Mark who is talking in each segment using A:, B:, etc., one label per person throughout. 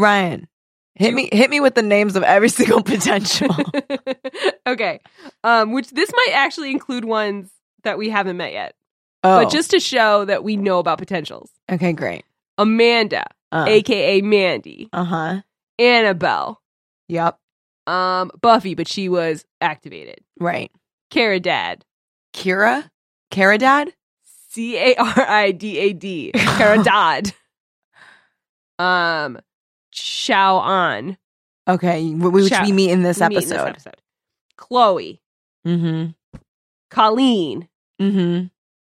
A: Ryan, hit me hit me with the names of every single potential.
B: okay. Um, which this might actually include ones that we haven't met yet,
A: Oh,
B: but just to show that we know about potentials.
A: okay, great.
B: Amanda,
A: Uh uh-huh.
B: aka Mandy,
A: huh.
B: Annabelle,
A: Yep.
B: um, Buffy, but she was activated.
A: Right.
B: Cara Dad,
A: Kira, Kara Dad.
B: C A R I D A D, Cara Dodd, um, Xiao An.
A: Okay, w- which
B: Shout-
A: we meet in this
B: We meet in
A: episode.
B: this episode. Chloe,
A: Mm-hmm.
B: Colleen,
A: Mm-hmm.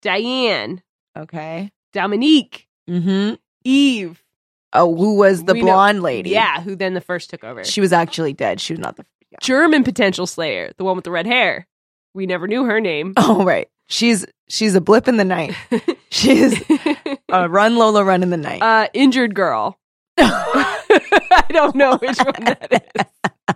B: Diane,
A: Okay.
B: Dominique,
A: Mm-hmm.
B: Eve.
A: Oh, who was the
B: We know-
A: blonde lady?
B: Yeah, who then the first took over.
A: She was actually dead. She was not the. yeah.
B: German potential slayer, the one with the red hair. We never knew her name.
A: Oh, right. She's she's a blip in the night. She's a run Lola run in the night.
B: uh, injured girl. I don't know which one that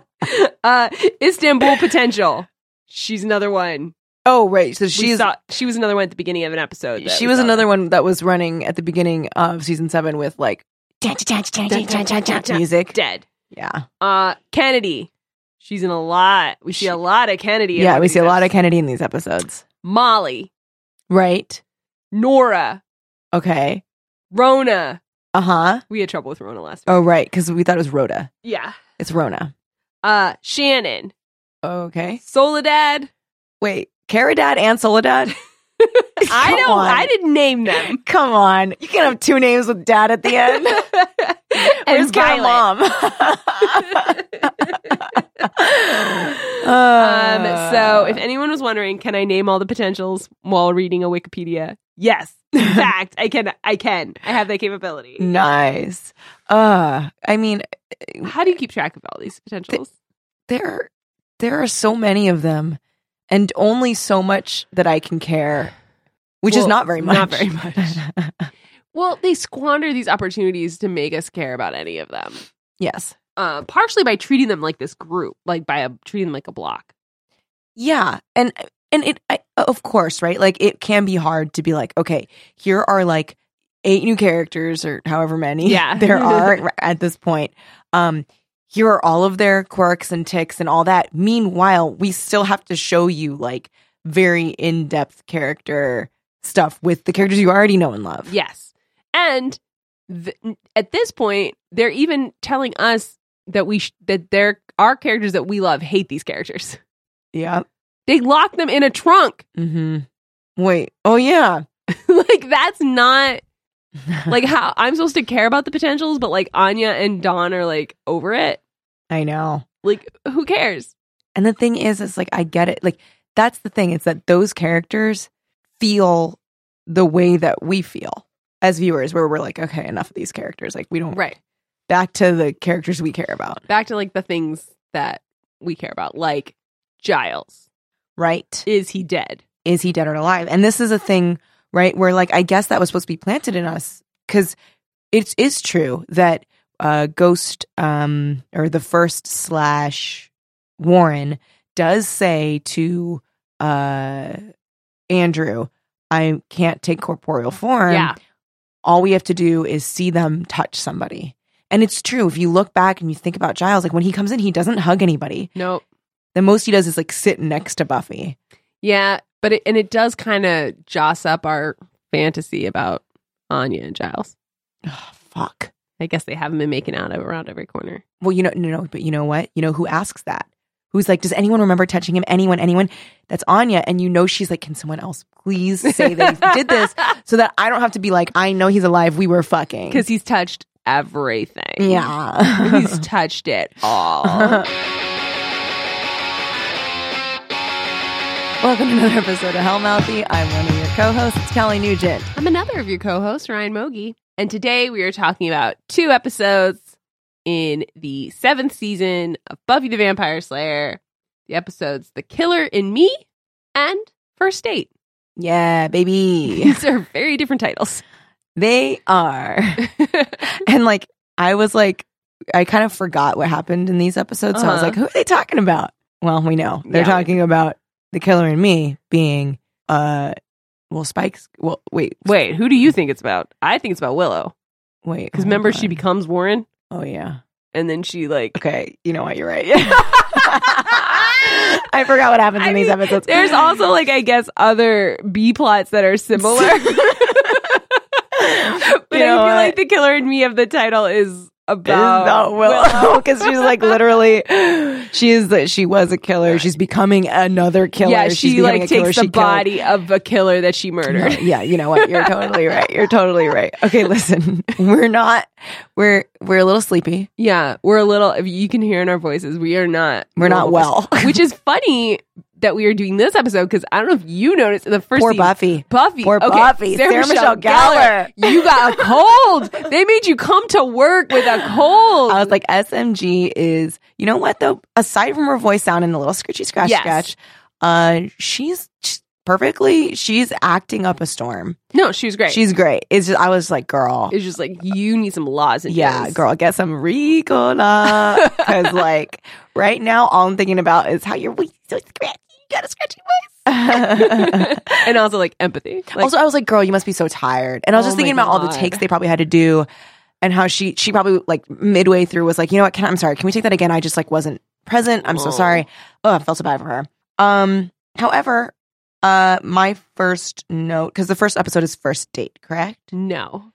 B: is. Uh, Istanbul potential. She's another one.
A: oh, right. So
B: She
A: she's
B: saw, she was another one at the beginning of an episode. that
A: she
B: we
A: was
B: saw.
A: another one that was running at the beginning of season seven with like music.
B: dead.
A: Yeah,
B: Uh, Kennedy. She's in a lot. We see a lot of Kennedy. in
A: yeah.
B: one
A: We
B: of
A: see a
B: these
A: lot of
B: episodes.
A: Kennedy in these episodes.
B: Molly,
A: Right.
B: Nora,
A: Okay.
B: Rona.
A: Uh huh.
B: We had trouble with Rona last week.
A: Oh, right. Because we thought it was Rhoda.
B: Yeah.
A: It's Rona.
B: Uh, Shannon,
A: Okay.
B: Soledad.
A: Wait, Caridad and Soledad.
B: I
A: Come
B: don't.
A: on.
B: I didn't name them.
A: Come on, you can have two names with dad at the end. Where's Cara
B: Violet.
A: mom?
B: um,
A: Ah.
B: so,
A: Uh,
B: if anyone was wondering, can I name all the potentials while reading a Wikipedia? Yes, in fact, I can. I can. I have that capability.
A: nice. Uh, I mean, Mm.
B: How do you keep track of all these potentials?
A: there there are so many of them, and only so much that I can care, which is
B: Well,
A: not very much.
B: not very much. Well, they squander these opportunities to make us care about any of them,
A: yes.
B: uh, partially by treating them like this group, like by a, treating them like a block.
A: Yeah, and and it I, of course, right? Like it can be hard to be like, okay, here are like eight new characters or however many
B: Yeah.
A: there are at this point. Um here are all of their quirks and ticks and all that. Meanwhile, we still have to show you like very in-depth character stuff with the characters you already know and love.
B: Yes. And th- at this point, they're even telling us that we sh- that there are characters that we love hate these characters.
A: Yeah.
B: They lock them in a trunk.
A: Mhm. Wait. Oh yeah.
B: like that's not like how I'm supposed to care about the potentials, but like Anya and Dawn are like over it.
A: I know.
B: Like who cares?
A: And the thing is, it's like I get it. Like that's the thing. It's that those characters feel the way that we feel as viewers, where we're like, okay, enough of these characters. Like we don't
B: Right.
A: back to the characters we care about.
B: Back to like the things that we care about, like Giles.
A: Right?
B: Is he dead?
A: Is he dead or alive? And this is a thing, right? Where like I guess that was supposed to be planted in us because it is true that uh, Ghost um, or the first slash Warren does say to uh, Andrew, I can't take corporeal form.
B: yeah.
A: All we have to do is see them touch somebody. And it's true. If you look back and you think about Giles, like when he comes in, he doesn't hug anybody.
B: Nope.
A: The most he does is like sit next to Buffy.
B: Yeah, but it, and it does kind of joss up our fantasy about Anya and Giles.
A: Oh, fuck.
B: I guess they haven't been making out around every corner.
A: Well, you know, no, no, but you know what? You know who asks that? Who's like, does anyone remember touching him? Anyone, anyone? That's Anya. And you know she's like, can someone else please say that he did this so that I don't have to be like, I know he's alive. We were fucking.
B: because he's touched everything.
A: yeah.
B: he's touched it all.
A: Welcome to another episode of Hellmouthy. I'm one of your co-hosts, Kelly Nugent.
B: I'm another of your co-hosts, Ryan Mogi, and today we are talking about two episodes in the seventh season of Buffy the Vampire Slayer. The episodes "The Killer in Me" and "First Date."
A: Yeah, baby.
B: These are very different titles.
A: they are. And like, I was like, I kind of forgot what happened in these episodes. So I was
B: Uh-huh.
A: like, who are they talking about? Well, we know they're
B: Yeah.
A: talking about the killer and me being, uh, well, Spike's. Well, wait,
B: Wait, who do you think it's about? I think it's about Willow
A: wait.
B: because
A: hold
B: remember
A: on.
B: she becomes Warren.
A: Oh yeah.
B: and then she like
A: Okay. You know what? You're right. I forgot what happens
B: I
A: in these
B: mean,
A: episodes.
B: There's also like I guess other B plots that are similar. but I feel
A: know what?
B: like the killer in me of the title is about
A: no Willow because she's like literally she is the, she was a killer. She's becoming another killer.
B: Yeah,
A: she's
B: she
A: becoming
B: like
A: a killer.
B: takes
A: she
B: the
A: killed-
B: body of a killer that she
A: No,
B: murdered.
A: yeah, you know what? You're totally right. You're totally right. Okay, listen, we're not we're we're a little sleepy.
B: Yeah, we're a little. If you can hear in our voices, we are not.
A: We're not well.
B: which is funny that we are doing this episode because I don't know if you noticed in the first
A: Poor
B: scene-
A: Buffy.
B: Buffy,
A: Poor
B: okay,
A: Buffy. Sarah Michelle Gellar.
B: You got a cold. they made you come to work with a cold.
A: I was like, SMG is you know what though? Aside from her voice sound and the little scritchy scratch
B: Yes.
A: scratch, uh, she's she's perfectly. She's acting up a storm.
B: no, she was great.
A: She's great. It's just I was like, girl,
B: it's just like you need some lozenges.
A: Yeah, girl, get some Ricola. Because, like, right now, all I'm thinking about is how your voice is so scratchy. You got a scratchy voice.
B: and also like empathy. Like,
A: also, I was like, girl, you must be so tired. And I was
B: Oh
A: just thinking
B: my
A: about all the
B: God.
A: takes they probably had to do and how she, she probably, like, midway through was like, you know what? Can I, I'm sorry. Can we take that again? I just, like, wasn't present. I'm so
B: Oh.
A: sorry. Oh, I felt so bad for her. Um, however, uh, my first note, because the first episode is first date, correct?
B: no.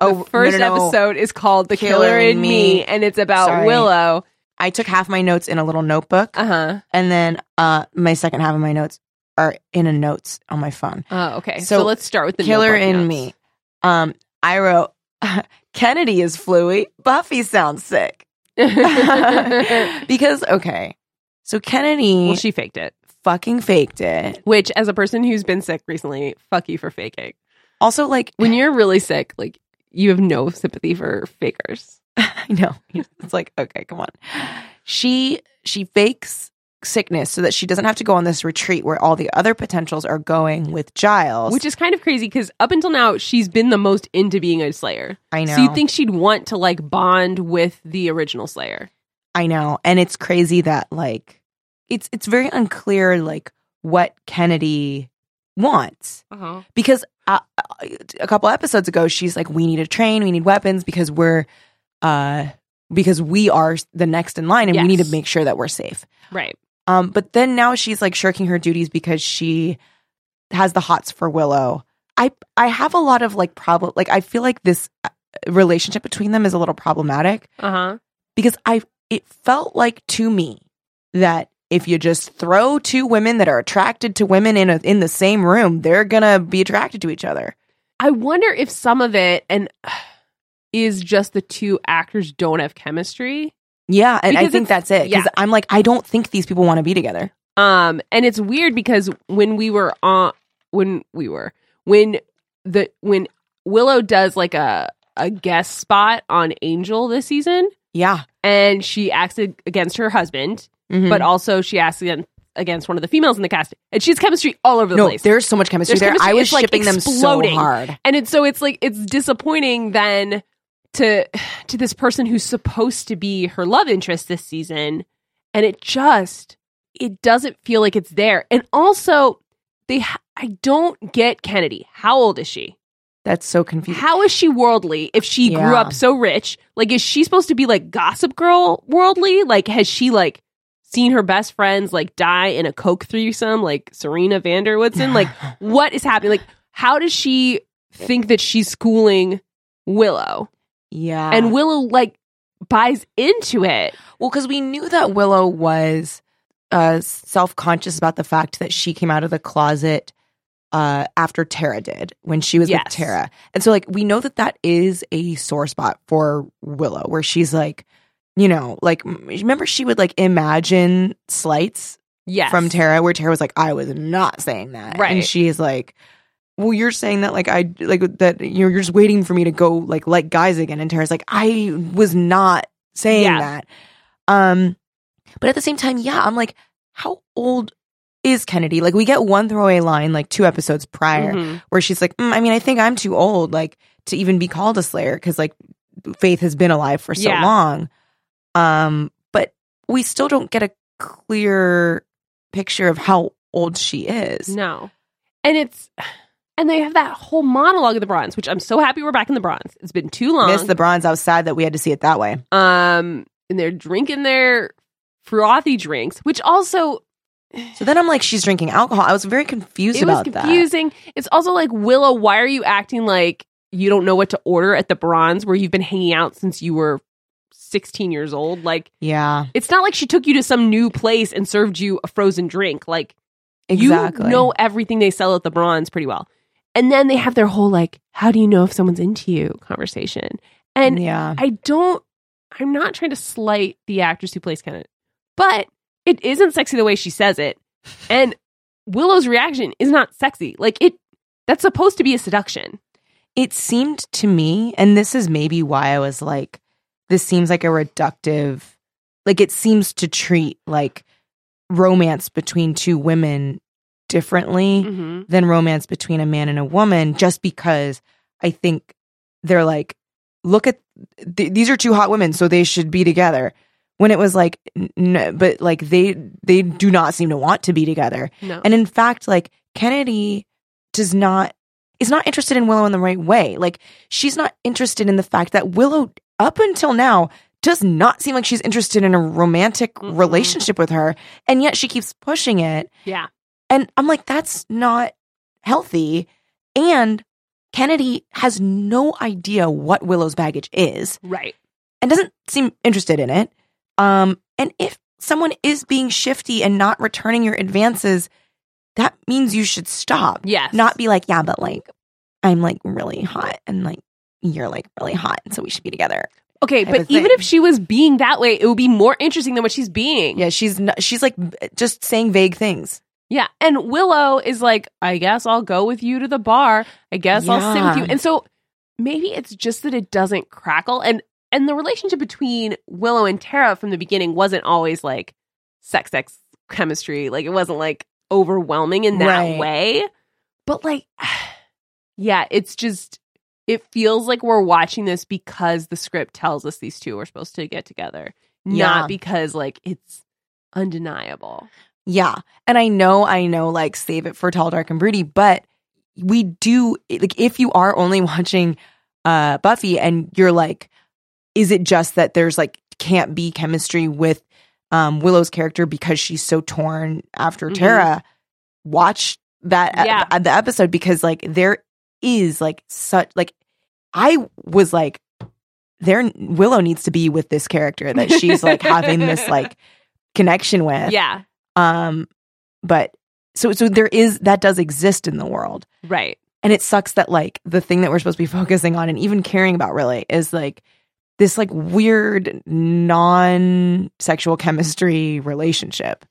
A: Oh,
B: the
A: no,
B: first
A: no, no.
B: episode is called "The Killer, in Me. and it's about
A: Sorry.
B: Willow.
A: I took half my notes in a little notebook.
B: Uh huh.
A: and then uh my second half of my notes are in a notes on my phone
B: Oh, okay. So,
A: So,
B: let's start with the
A: killer
B: notebook
A: in
B: notes.
A: me um i wrote kennedy is fluey buffy sounds sick
B: well,
A: because okay so kennedy
B: she faked it.
A: fucking faked it
B: Which, as a person who's been sick recently, fuck you for faking.
A: also like
B: When you're really sick, like you have no sympathy for fakers.
A: i know it's like okay come on she she fakes sickness so that she doesn't have to go on this retreat where all the other potentials are going with giles
B: Which is kind of crazy because up until now, she's been the most into being a Slayer.
A: i know
B: So you'd think she'd want to like bond with the original Slayer.
A: I know, and it's crazy that like it's it's very unclear like what Kennedy wants
B: Uh-huh.
A: because uh, uh, a couple episodes ago she's like we need a train, we need weapons because we're uh because we are the next in line and we need
B: Yes.
A: to make sure that we're safe.
B: Right.
A: Um but then now she's like shirking her duties because she has the hots for Willow. I I have a lot of like problem like I feel like this uh, relationship between them is a little problematic
B: Uh huh.
A: because I it felt like to me that if you just throw two women that are attracted to women in a, in the same room, they're gonna be attracted to each other.
B: I wonder if some of it and is just the two actors don't have chemistry.
A: Yeah, and I
B: Because
A: think that's it. Because
B: yeah.
A: I'm like, I don't think these people want to be together.
B: Um, and it's weird because when we were on, when we were, when the when Willow does like a a guest spot on Angel this season,
A: Yeah,
B: and she acts ag- against her husband,
A: but
B: but also she acts against against one of the females in the cast, and she's chemistry all over the
A: no,
B: place.
A: there's so much chemistry
B: There's
A: there.
B: chemistry.
A: I was
B: It's, like,
A: shipping them so
B: exploding.
A: hard.
B: and it's so it's like it's disappointing then to to this person who's supposed to be her love interest this season and it just it doesn't feel like it's there and also they ha- i don't get kennedy how old is she
A: That's so confusing.
B: how is she worldly if she grew
A: Yeah.
B: up so rich like is she supposed to be like gossip girl worldly like has she like seen her best friends like die in a coke threesome like serena vanderwoodson like what is happening? Like, how does she think that she's schooling Willow?
A: yeah,
B: And Willow like buys into it.
A: Well, because we knew that Willow was uh, self conscious about the fact that she came out of the closet uh, after Tara did when she was
B: Yes.
A: with Tara. And so, like, we know that that is a sore spot for Willow where she's like, you know, like, m- remember she would like imagine slights
B: Yes.
A: from Tara where Tara was like, I was not saying that.
B: Right.
A: And she's like, well, you're saying that like I like that you know you're just waiting for me to go like like guys again, and Tara's like I was not saying
B: Yeah.
A: that. Um, but at the same time, yeah, I'm like, how old is Kennedy? Like, we get one throwaway line like two episodes prior
B: Mhm.
A: where she's like, mm, I mean, I think I'm too old like to even be called a Slayer because like Faith has been alive for so
B: Yeah.
A: long. Um, but we still don't get a clear picture of how old she is.
B: No. And it's And they have that whole monologue of the Bronze, which I'm so happy we're back in the Bronze. It's been too long.
A: Missed the bronze. I was sad that we had to see it that way.
B: um, and they're drinking their frothy drinks, which also
A: So then I'm like, she's drinking alcohol. I was very confused
B: it was
A: about
B: confusing. It's also like Willow, why are you acting like you don't know what to order at the Bronze where you've been hanging out since you were 16 years old? Like
A: that. Yeah,
B: it's not like she took you to some new place and served you a frozen drink. Like
A: exactly.
B: you know everything they sell at the Bronze pretty well. And then they have their whole like, how do you know if someone's into you conversation? And
A: yeah,
B: I don't I'm not trying to slight the actress who plays Kenneth, but it isn't sexy the way she says it. And Willow's reaction is not sexy. Like it that's supposed to be a seduction.
A: it seemed to me, and this is maybe why I was like, this seems like a reductive, like it seems to treat like romance between two women differently
B: Mm-hmm.
A: than romance between a man and a woman, just because I think they're like, look at th- these are two hot women, so they should be together. When it was like, n- n- but like they they do not seem to want to be together.
B: No.
A: And in fact, like Kennedy does not is not interested in Willow in the right way. Like she's not interested in the fact that Willow up until now does not seem like she's interested in a romantic
B: Mm-mm.
A: relationship with her and yet she keeps pushing it.
B: yeah.
A: And I'm like that's not healthy and Kennedy has no idea what Willow's baggage is
B: Right.
A: and doesn't seem interested in it. Um, and if someone is being shifty and not returning your advances, that means you should stop.
B: Yes.
A: Not be like, yeah, but like, I'm like really hot and like, you're like really hot, and so we should be together.
B: Okay,
A: type
B: but
A: of
B: even
A: thing.
B: if she was being that way, it would be more interesting than what she's being.
A: Yeah, she's n she's like just saying vague things.
B: Yeah. And Willow is like, I guess I'll go with you to the bar. I guess I'll sit
A: Yeah.
B: with you. And so maybe it's just that it doesn't crackle. And and the relationship between Willow and Tara from the beginning wasn't always like sex sex chemistry. Like it wasn't like overwhelming in that
A: Right.
B: way. But like yeah, it's just it feels like we're watching this because the script tells us these two are supposed to get together.
A: Yeah.
B: Not because like it's undeniable.
A: Yeah, and I know, I know, like save it for tall, dark, and broody, but we do like if you are only watching uh Buffy and you're like, is it just that there's like can't be chemistry with um Willow's character because she's so torn after
B: Mhm.
A: Tara? Watch that e-
B: Yeah.
A: the episode because like there is like such like I was like there Willow needs to be with this character that she's like having this like connection with
B: Yeah.
A: um but so so there is that does exist in the world
B: Right.
A: and it sucks that like the thing that we're supposed to be focusing on and even caring about really is like this like weird non-sexual chemistry relationship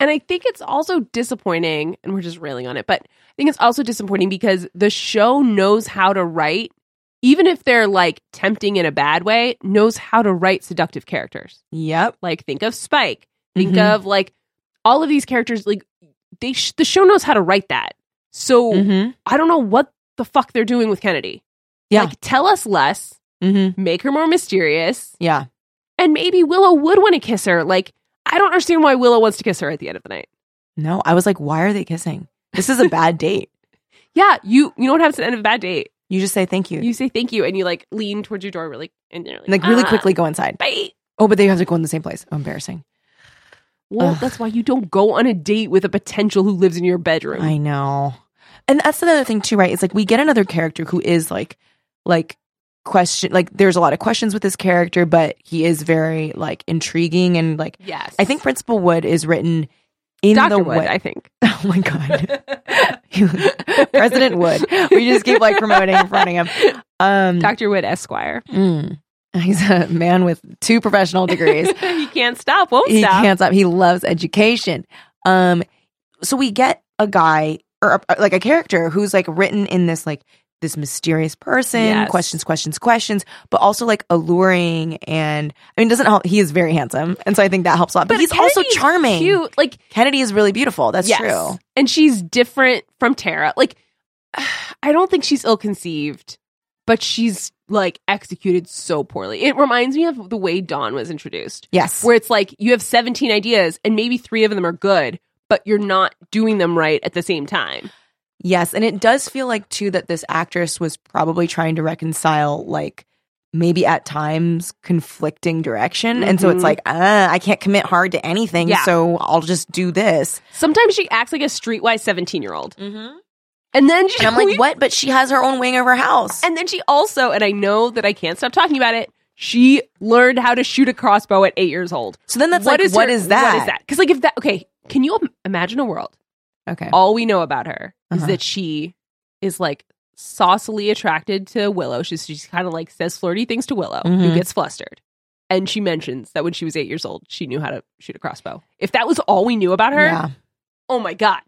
B: And I think it's also disappointing, and we're just railing on it, but I think it's also disappointing because the show knows how to write, even if they're like tempting in a bad way, knows how to write seductive characters.
A: yep
B: Like, think of Spike, think
A: Mhm.
B: of like all of these characters. Like, they sh- the show knows how to write that. So
A: mm-hmm.
B: I don't know what the fuck they're doing with Kennedy.
A: Yeah.
B: Like, tell us less,
A: Mm-hmm.
B: make her more mysterious,
A: yeah
B: and maybe Willow would want to kiss her. Like, I don't understand why Willow wants to kiss her at the end of the night.
A: no i was like why are they kissing this is a bad date
B: Yeah, you you know what happens at the end of a bad date?
A: you just say thank you,
B: You say thank you and you like lean towards your door really and you're like,
A: like really
B: "Ah,
A: quickly go inside
B: Bye.
A: oh but they have to go in the same place oh, embarrassing
B: Well,
A: Ugh.
B: that's why you don't go on a date with a potential who lives in your bedroom.
A: I know. And that's another thing too, right? It's like we get another character who is like like question like there's a lot of questions with this character, but he is very like intriguing and like
B: yes.
A: I think Principal Wood is written in
B: Dr.
A: the
B: Wood,
A: way
B: I think.
A: Oh my god. President Wood. We just keep like promoting in front of him. Um
B: Dr. Wood Esquire.
A: mm. he's a man with two professional degrees
B: he can't stop, won't
A: he
B: stop.
A: can't stop. He loves education. Um, so we get a guy or a, like a character who's like written in this like this mysterious person,
B: Yes.
A: questions, questions, questions, but also like alluring and I mean, doesn't help. He is very handsome, and so I think that helps a lot. But, he's also
B: Kennedy's
A: charming.
B: Cute. Like
A: Kennedy is really beautiful. That's
B: yes.
A: true.
B: And she's different from Tara. Like I don't think she's ill conceived, but she's like executed so poorly. It reminds me of the way Dawn was introduced.
A: Yes,
B: where it's like you have 17 ideas and maybe three of them are good, but you're not doing them right at the same time.
A: Yes, and it does feel like too that this actress was probably trying to reconcile like maybe at times conflicting direction and so
B: Mhm.
A: it's like uh, i can't commit hard to anything
B: Yeah.
A: so i'll just do this
B: Sometimes she acts like a streetwise 17 year old. And then she,
A: and i'm like what but she has her own wing of her house
B: And then she also, and I know that I can't stop talking about it, she learned how to shoot a crossbow at eight years old.
A: so then that's like
B: is
A: what
B: her-
A: is that
B: What is that? Because, like, if that, okay, can you im- imagine a world?
A: okay
B: All we know about her is
A: Uh-huh.
B: that she is like saucily attracted to Willow. She's, she's kind of like says flirty things to Willow, who
A: Mhm.
B: gets flustered. And she mentions that when she was eight years old, she knew how to shoot a crossbow. If that was all we knew about her,
A: yeah
B: oh my God.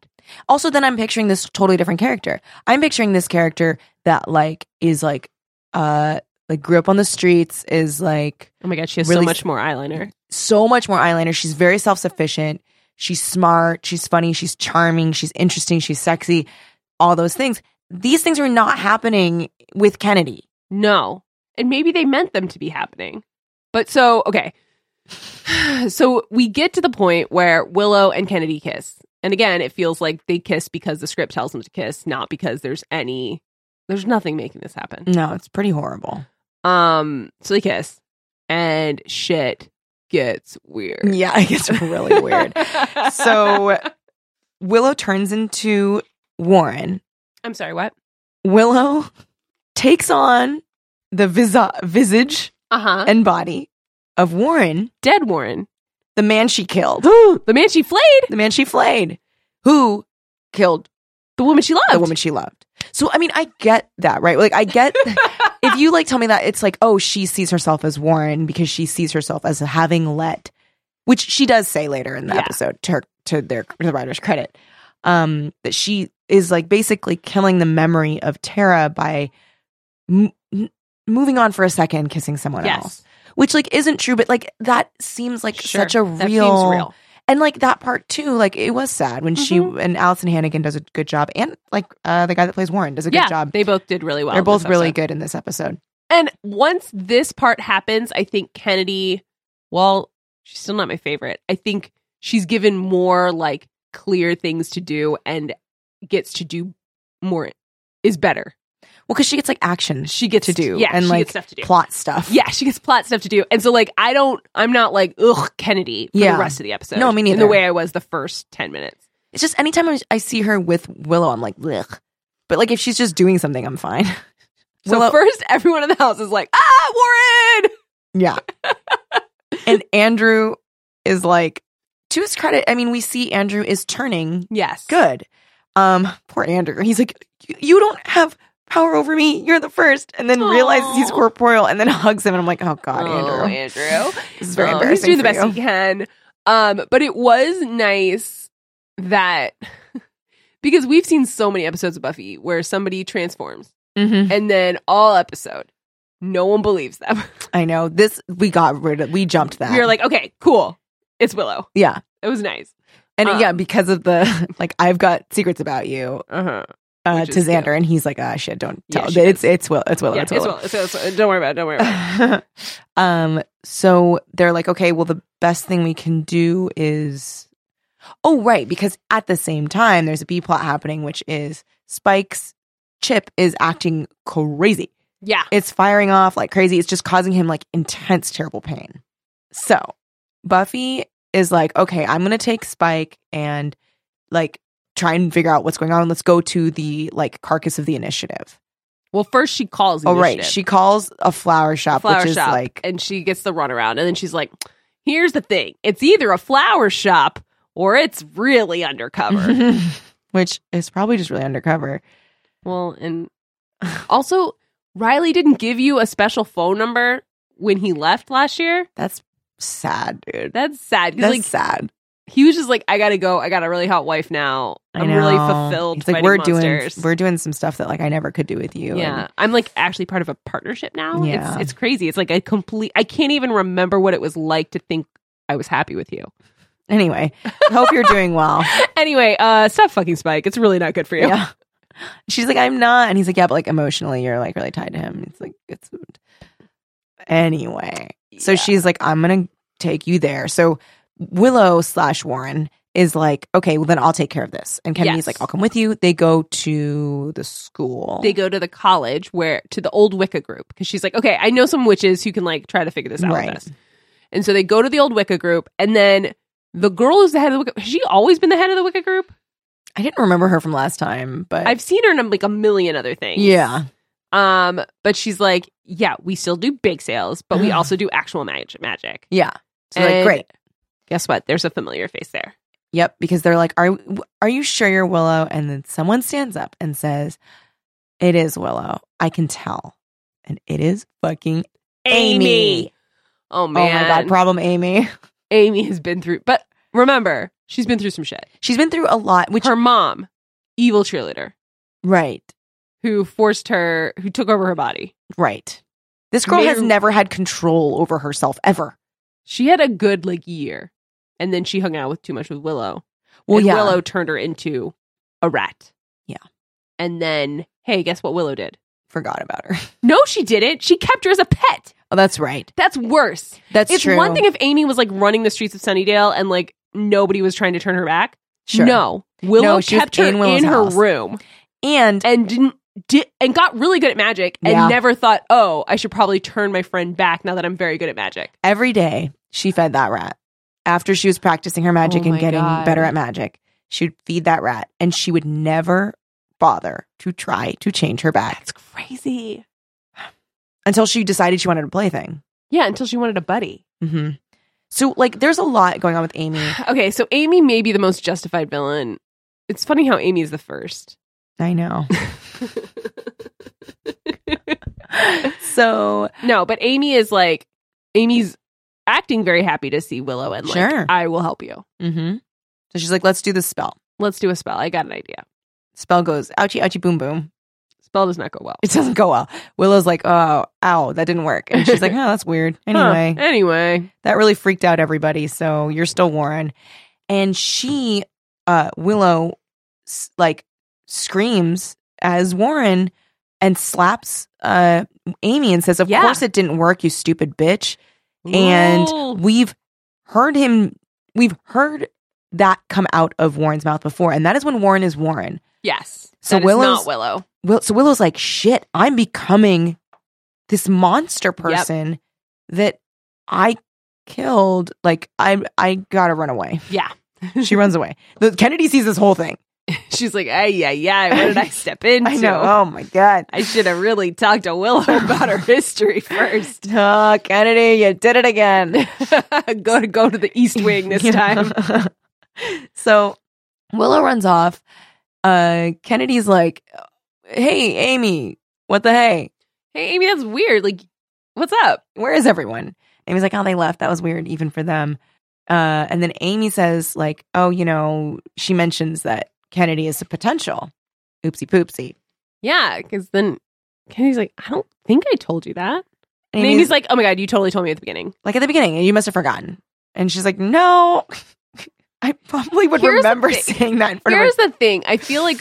A: also then i'm picturing this totally different character i'm picturing this character that like is like uh like grew up on the streets is like
B: Oh my God, she has so
A: Really-
B: much more eyeliner.
A: so much more eyeliner she's very self-sufficient she's smart she's funny she's charming she's interesting she's sexy all those things these things are not happening with kennedy
B: No. And maybe they meant them to be happening. But so, okay. So we get to the point where Willow and Kennedy kiss. And again, it feels like they kiss because the script tells them to kiss, not because there's any there's nothing making this happen.
A: no it's pretty horrible
B: Um so they kiss and shit gets weird.
A: yeah it gets really weird So- willow turns into warren
B: I'm sorry, what?
A: willow takes on the visa- visage
B: Uh-huh.
A: and body of warren
B: Dead Warren.
A: the man she killed
B: the man she flayed,
A: the man she flayed, who killed
B: the woman she loved.
A: the woman she loved. So I mean, I get that, right? Like I get if you like tell me that it's like, oh, she sees herself as Warren because she sees herself as having let, which she does say later in the
B: Yeah.
A: episode to her, to their to the writer's credit, um, that she is like basically killing the memory of Tara by m- m- moving on for a second, and kissing someone else,
B: yes.
A: which like isn't true, but like that seems like
B: Sure.
A: such a
B: That seems
A: real
B: real.
A: and like that part too like it was sad when
B: Mhm.
A: she and allison hannigan does a good job and like uh the guy that plays warren does a
B: yeah,
A: good job
B: They both did really well.
A: they're
B: in
A: both
B: this
A: really
B: episode.
A: good in this episode
B: And once this part happens, I think Kennedy, well, she's still not my favorite. I think she's given more like clear things to do and gets to do more is better.
A: well because she gets like action
B: She gets
A: To do,
B: yeah,
A: and,
B: she
A: like,
B: gets stuff to do.
A: plot stuff
B: Yeah, she gets plot stuff to do. And so like I don't I'm not like, ugh, Kennedy for
A: Yeah.
B: the rest of the episode.
A: No, me
B: In the
A: neither.
B: way I was the first ten minutes.
A: it's just anytime I, I see her with willow i'm like Blech. but like if she's just doing something i'm fine
B: So
A: Willow-
B: first everyone in the house is like, ah, Warren.
A: yeah and andrew is like to his credit i mean we see andrew is turning
B: Yes.
A: good. Um, poor Andrew. He's like, "You- you don't have power over me. You're the first. And then realizes he's
B: Aw.
A: corporeal and then hugs him. And I'm like, oh God,
B: Oh,
A: Andrew.
B: Andrew.
A: This is very
B: Oh,
A: embarrassing.
B: He's doing the
A: for
B: best
A: you.
B: he can. Um, but it was nice that because we've seen so many episodes of Buffy where somebody transforms
A: Mhm.
B: and then all episode, no one believes them.
A: I know. This, we got rid of, we jumped that.
B: We are like, okay, cool. It's Willow.
A: yeah.
B: It was nice.
A: And
B: um,
A: yeah, because of the, like, I've got secrets about you
B: Uh-huh.
A: uh,
B: Which
A: to
B: is
A: Xander.
B: cute.
A: And he's like, ah, shit, don't
B: Yeah,
A: tell.
B: she
A: it's, it's, Will, it's Willow.
B: yeah,
A: it's Willow.
B: It's Willow. It's- it's- don't worry about it. Don't worry about it.
A: um so they're like okay well the best thing we can do is oh right because at the same time there's a b plot happening which is spike's chip is acting crazy
B: Yeah.
A: it's firing off like crazy it's just causing him like intense terrible pain so buffy is like okay i'm gonna take spike and like try and figure out what's going on let's go to the like carcass of the initiative
B: Well, first she calls.
A: oh right
B: Initiative,
A: she calls a flower shop
B: flower
A: which is
B: shop,
A: like
B: and she gets the runaround, and then she's like, "Here's the thing: it's either a flower shop or it's really undercover."
A: Which is probably just really undercover.
B: Well, and also Riley didn't give you a special phone number when he left last year.
A: That's sad, dude.
B: That's sad. 'cause,
A: That's
B: like
A: sad.
B: he was just like, I gotta go. I got a really hot wife now.
A: I
B: I'm really
A: know.
B: fulfilled.
A: It's like
B: fighting
A: we're
B: monsters.
A: doing we're doing some stuff that like I never could do with you.
B: yeah, I'm like actually part of a partnership now.
A: Yeah.
B: It's, it's crazy. It's like a complete. I can't even remember what it was like to think I was happy with you.
A: And anyway, hope you're doing well.
B: Anyway, uh, stop fucking Spike. It's really not good for you.
A: Yeah. She's like, I'm not, and he's like, yeah, but like emotionally, you're like really tied to him. It's like it's anyway. So
B: Yeah.
A: she's like, I'm gonna take you there. So Willow slash Warren is like, okay, well then I'll take care of this. And Kennedy's
B: Yes.
A: like, I'll come with you. They go to the school.
B: They go to the college where to the old Wicca group because she's like, okay, I know some witches who can like try to figure this out
A: Right.
B: with us. And so they go to the old Wicca group, and then the girl who's the head of the Wicca. Has she always been the head of the Wicca group?
A: I didn't remember her from last time, but
B: I've seen her in like a million other things.
A: Uh, yeah,
B: Um, but she's like, yeah, we still do bake sales, but we also do actual mag- magic.
A: yeah. So
B: And
A: like, great.
B: Guess what? There's a familiar face there.
A: Yep, because they're like, "Are are you sure you're Willow?" And then someone stands up and says, "It is Willow. I can tell." And it is fucking Amy.
B: Oh man.
A: Oh my god, problem Amy.
B: Amy has been through but remember, she's been through some shit.
A: She's been through a lot, which
B: Her mom, evil cheerleader,
A: right,
B: who forced her who took over her body.
A: right. This girl
B: Made
A: has
B: her-
A: never had control over herself ever.
B: She had a good like year. And then she hung out with too much with Willow.
A: Well,
B: and
A: yeah.
B: Willow turned her into a rat.
A: Yeah.
B: And then, hey, guess what Willow did?
A: Forgot about her.
B: No, she didn't. She kept her as a pet.
A: Oh, that's right.
B: That's worse.
A: That's
B: it's
A: true.
B: one thing if Amy was like running the streets of Sunnydale and like nobody was trying to turn her back.
A: Sure.
B: No, Willow
A: No, she was
B: kept her
A: in Willow's
B: in her
A: house.
B: room
A: and
B: and didn't di- and got really good at magic and
A: Yeah.
B: never thought, oh, I should probably turn my friend back now that I'm very good at magic.
A: every day she fed that rat. After she was practicing her magic
B: Oh
A: and
B: my
A: getting
B: God.
A: better at magic, she would feed that rat and she would never bother to try to change her back
B: That's crazy.
A: until she decided she wanted a plaything.
B: Yeah, until she wanted a buddy.
A: Mm-hmm. So, like, there's a lot going on with Amy.
B: Okay, so Amy may be the most justified villain. It's funny how Amy is the first.
A: I know. So,
B: no, but Amy is like Amy's acting very happy to see Willow and like
A: Sure.
B: I will help you.
A: mm-hmm. so she's like, let's do the spell.
B: Let's do a spell. I got an idea.
A: Spell goes ouchie, ouchie, boom, boom.
B: Spell does not go well.
A: It doesn't go well. Willow's like, oh, ow, that didn't work. And she's like, oh, that's weird.
B: Huh.
A: Anyway.
B: Anyway.
A: that really freaked out everybody so you're still warren and she uh willow s- like screams as warren and slaps uh amy and says of
B: Yeah.
A: course it didn't work you stupid bitch and
B: Ooh.
A: we've heard him we've heard that come out of warren's mouth before and that is when warren is warren
B: yes.
A: So
B: That is
A: Willow's-
B: not Willow.
A: Will- so willow's like shit i'm becoming this monster person that i killed like i i gotta run away
B: Yeah.
A: she runs away. The, Kennedy sees this whole thing.
B: She's like, ay yeah, yeah. What did I step into?
A: I know. Oh my god.
B: I should have really talked to Willow about her history first.
A: Oh, Kennedy, you did it again.
B: go to go to the East Wing this
A: Yeah.
B: time.
A: so Willow runs off. Uh, Kennedy's like, "Hey, Amy, what the hey?
B: Hey Amy, that's weird. Like, what's up?
A: Where is everyone?" Amy's like, "Oh, they left. That was weird, even for them." Uh, and then Amy says, "Like, oh, you know," she mentions that Kennedy is a potential. Oopsie poopsie.
B: Yeah, because then Kenny's like, I don't think I told you that.
A: And
B: And Amy's like, oh my god, you totally told me at the beginning.
A: like at the beginning, you must have forgotten. And she's like, no, I probably would
B: Here's the
A: remember
B: thing.
A: saying that in front
B: Here's the thing. I feel like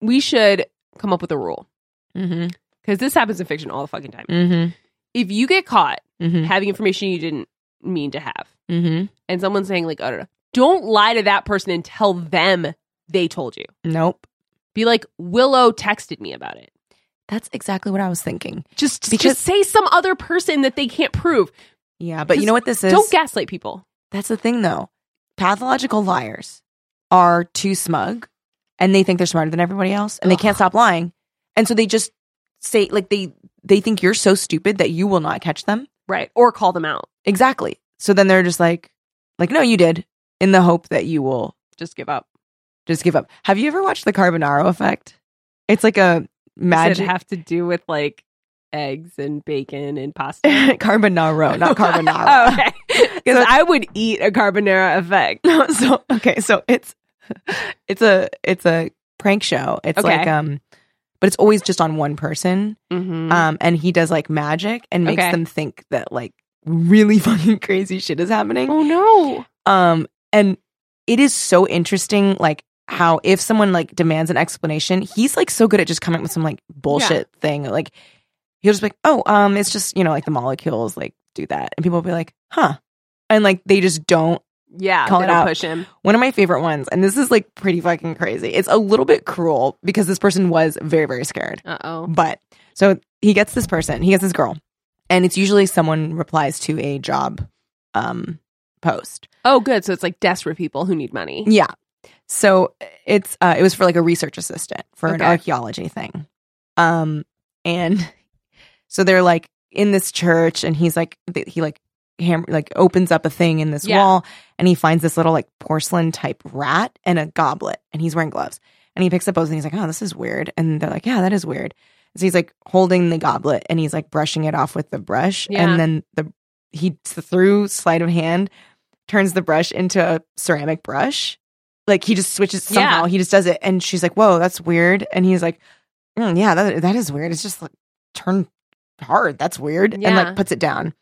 B: we should come up with a rule
A: of her.
B: because this happens in fiction all the fucking time.
A: Mm-hmm.
B: If you get caught
A: Mm-hmm.
B: having information you didn't mean to have,
A: Mm-hmm.
B: and someone's saying like, oh no, no, don't lie to that person and tell them they told you.
A: Nope.
B: Be like, Willow texted me about it.
A: That's exactly what I was thinking.
B: Just
A: Because-
B: just say some other person that they can't prove.
A: Yeah, but you know what this is?
B: Don't gaslight people.
A: That's the thing, though. Pathological liars are too smug, and they think they're smarter than everybody else, and they can't stop lying, and so they just say like they they think you're so stupid that you will not catch them.
B: Right. Or call them out.
A: Exactly. So then they're just like, like, no, you did, in the hope that you will
B: Just give up.
A: just give up. Have you ever watched the Carbonaro effect? It's like a
B: Does it
A: magic
B: have to do with like eggs and bacon and pasta? Oh,
A: Carbonaro, not Carbonara.
B: Because I would eat a carbonara effect.
A: No, so okay, so it's it's a it's a prank show. It's
B: Okay.
A: like um but it's always just on one person.
B: Mm-hmm.
A: Um and he does like magic and makes
B: Okay.
A: them think that like really fucking crazy shit is happening.
B: oh no.
A: Um, and it is so interesting, like how if someone like demands an explanation, he's like so good at just coming up with some like bullshit thing. Like he'll just be like, oh, um, it's just you know like the molecules like do that, and people will be like, huh, and like they just don't
B: Yeah,
A: Call
B: they
A: it
B: don't
A: out.
B: push him.
A: One of my favorite ones, and this is like pretty fucking crazy. It's a little bit cruel because this person was very, very scared.
B: Uh oh.
A: But so he gets this person, he gets this girl, and it's usually someone replies to a job um, post.
B: Oh, good. So it's like desperate people who need money.
A: Yeah. So it's uh, it was for like a research assistant for an
B: Okay.
A: archaeology thing, um, and so they're like in this church, and he's like th- he like ham- like opens up a thing in this
B: Yeah.
A: wall, and he finds this little like porcelain type rat and a goblet, and he's wearing gloves, and he picks up both, and he's like, oh, this is weird, and they're like, yeah, that is weird. So he's like holding the goblet and he's like brushing it off with the brush,
B: Yeah.
A: and then the he through sleight of hand turns the brush into a ceramic brush. Like he just switches
B: Yeah.
A: somehow. He just does it, and she's like, "Whoa, that's weird." And he's like, "Mm, "Yeah, that that is weird. It's just like turned hard. That's weird." And
B: Yeah.
A: like puts it down,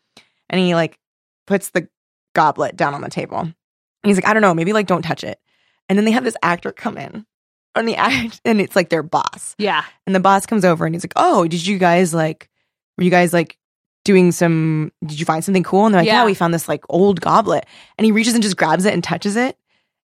A: and he like puts the goblet down on the table. And he's like, "I don't know. Maybe like don't touch it." And then they have this actor come in, and the act, and it's like their boss.
B: Yeah.
A: And the boss comes over and he's like, "Oh, did you guys like? Were you guys like doing some? Did you find something cool?" And they're like,
B: Yeah.
A: "Yeah, we found this like old goblet." And he reaches and just grabs it and touches it.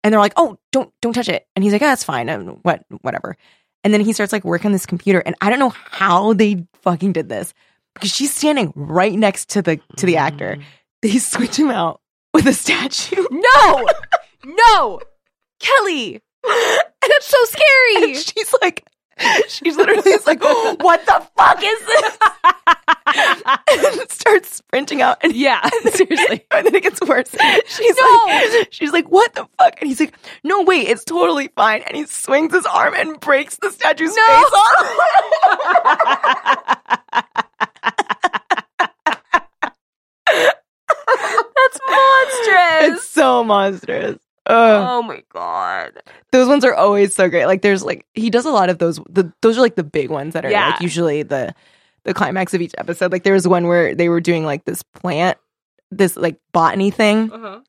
A: And they're like, "Oh, don't don't touch it." And he's like, "Yeah, that's fine. Um, what whatever." And then he starts like working on this computer, and I don't know how they fucking did this because she's standing right next to the to the actor. They switch him out with a statue.
B: No, no, Kelly. That's so
A: And
B: scary.
A: she's like, she's literally is like, "What the fuck is this?" and starts sprinting out and
B: yeah, seriously.
A: and then it gets worse. She's like, she's like, what the fuck? And he's like, no, wait, it's totally fine. And he swings his arm and breaks the statue's
B: No.
A: face off.
B: That's monstrous.
A: it's so monstrous. Ugh.
B: oh my god.
A: Those ones are always so great. Like, there's like he does a lot of those. The, those are like the big ones that are
B: Yeah.
A: like usually the the climax of each episode. Like, there was one where they were doing like this plant, this like botany thing,
B: Uh-huh.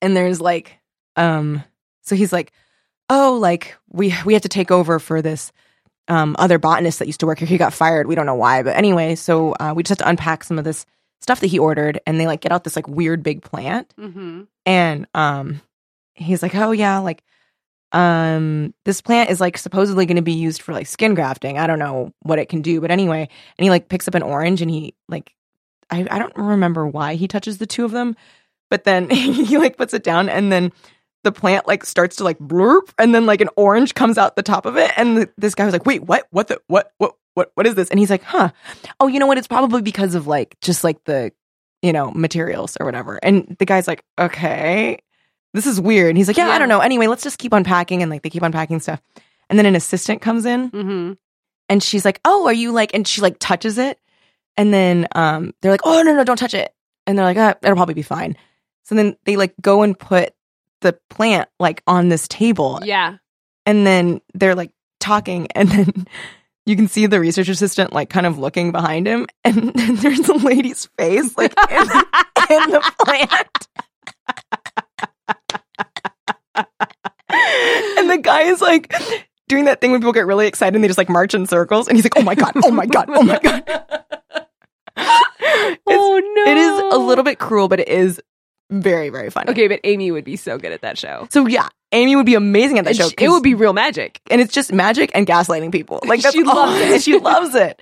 A: and there's like um so he's like oh like we we have to take over for this um other botanist that used to work here he got fired we don't know why but anyway so uh, we just have to unpack some of this stuff that he ordered and they like get out this like weird big plant
B: Mm-hmm.
A: and um he's like oh yeah like um this plant is like supposedly going to be used for like skin grafting i don't know what it can do but anyway and he like picks up an orange and he like i, I don't remember why he touches the two of them but then he like puts it down and then the plant like starts to like blurp and then like an orange comes out the top of it and th- this guy was like wait what what the what what what what is this and he's like huh oh you know what it's probably because of like just like the you know materials or whatever and the guy's like okay this is weird and he's like yeah,
B: Yeah.
A: i don't know anyway let's just keep unpacking and like they keep unpacking stuff and then an assistant comes in
B: Mm-hmm.
A: and she's like, "Oh, are you like?" And she like touches it, and then um, they're like, "Oh no, no, don't touch it," and they're like, ah, "It'll probably be fine." So then they like go and put the plant like on this table,
B: Yeah.
A: and then they're like talking, and then you can see the research assistant like kind of looking behind him, and then there's a lady's face like in, in the plant. and the guy is like doing that thing when people get really excited and they just like march in circles and he's like oh my god oh my god oh my god It's-
B: oh no.
A: it is a little bit cruel but it is very very funny
B: Okay, but Amy would be so good at that show.
A: so yeah amy would be amazing at that show 'cause-
B: it would be real magic.
A: and it's just magic and gaslighting people like that's
B: She
A: all-
B: loves it.
A: she loves it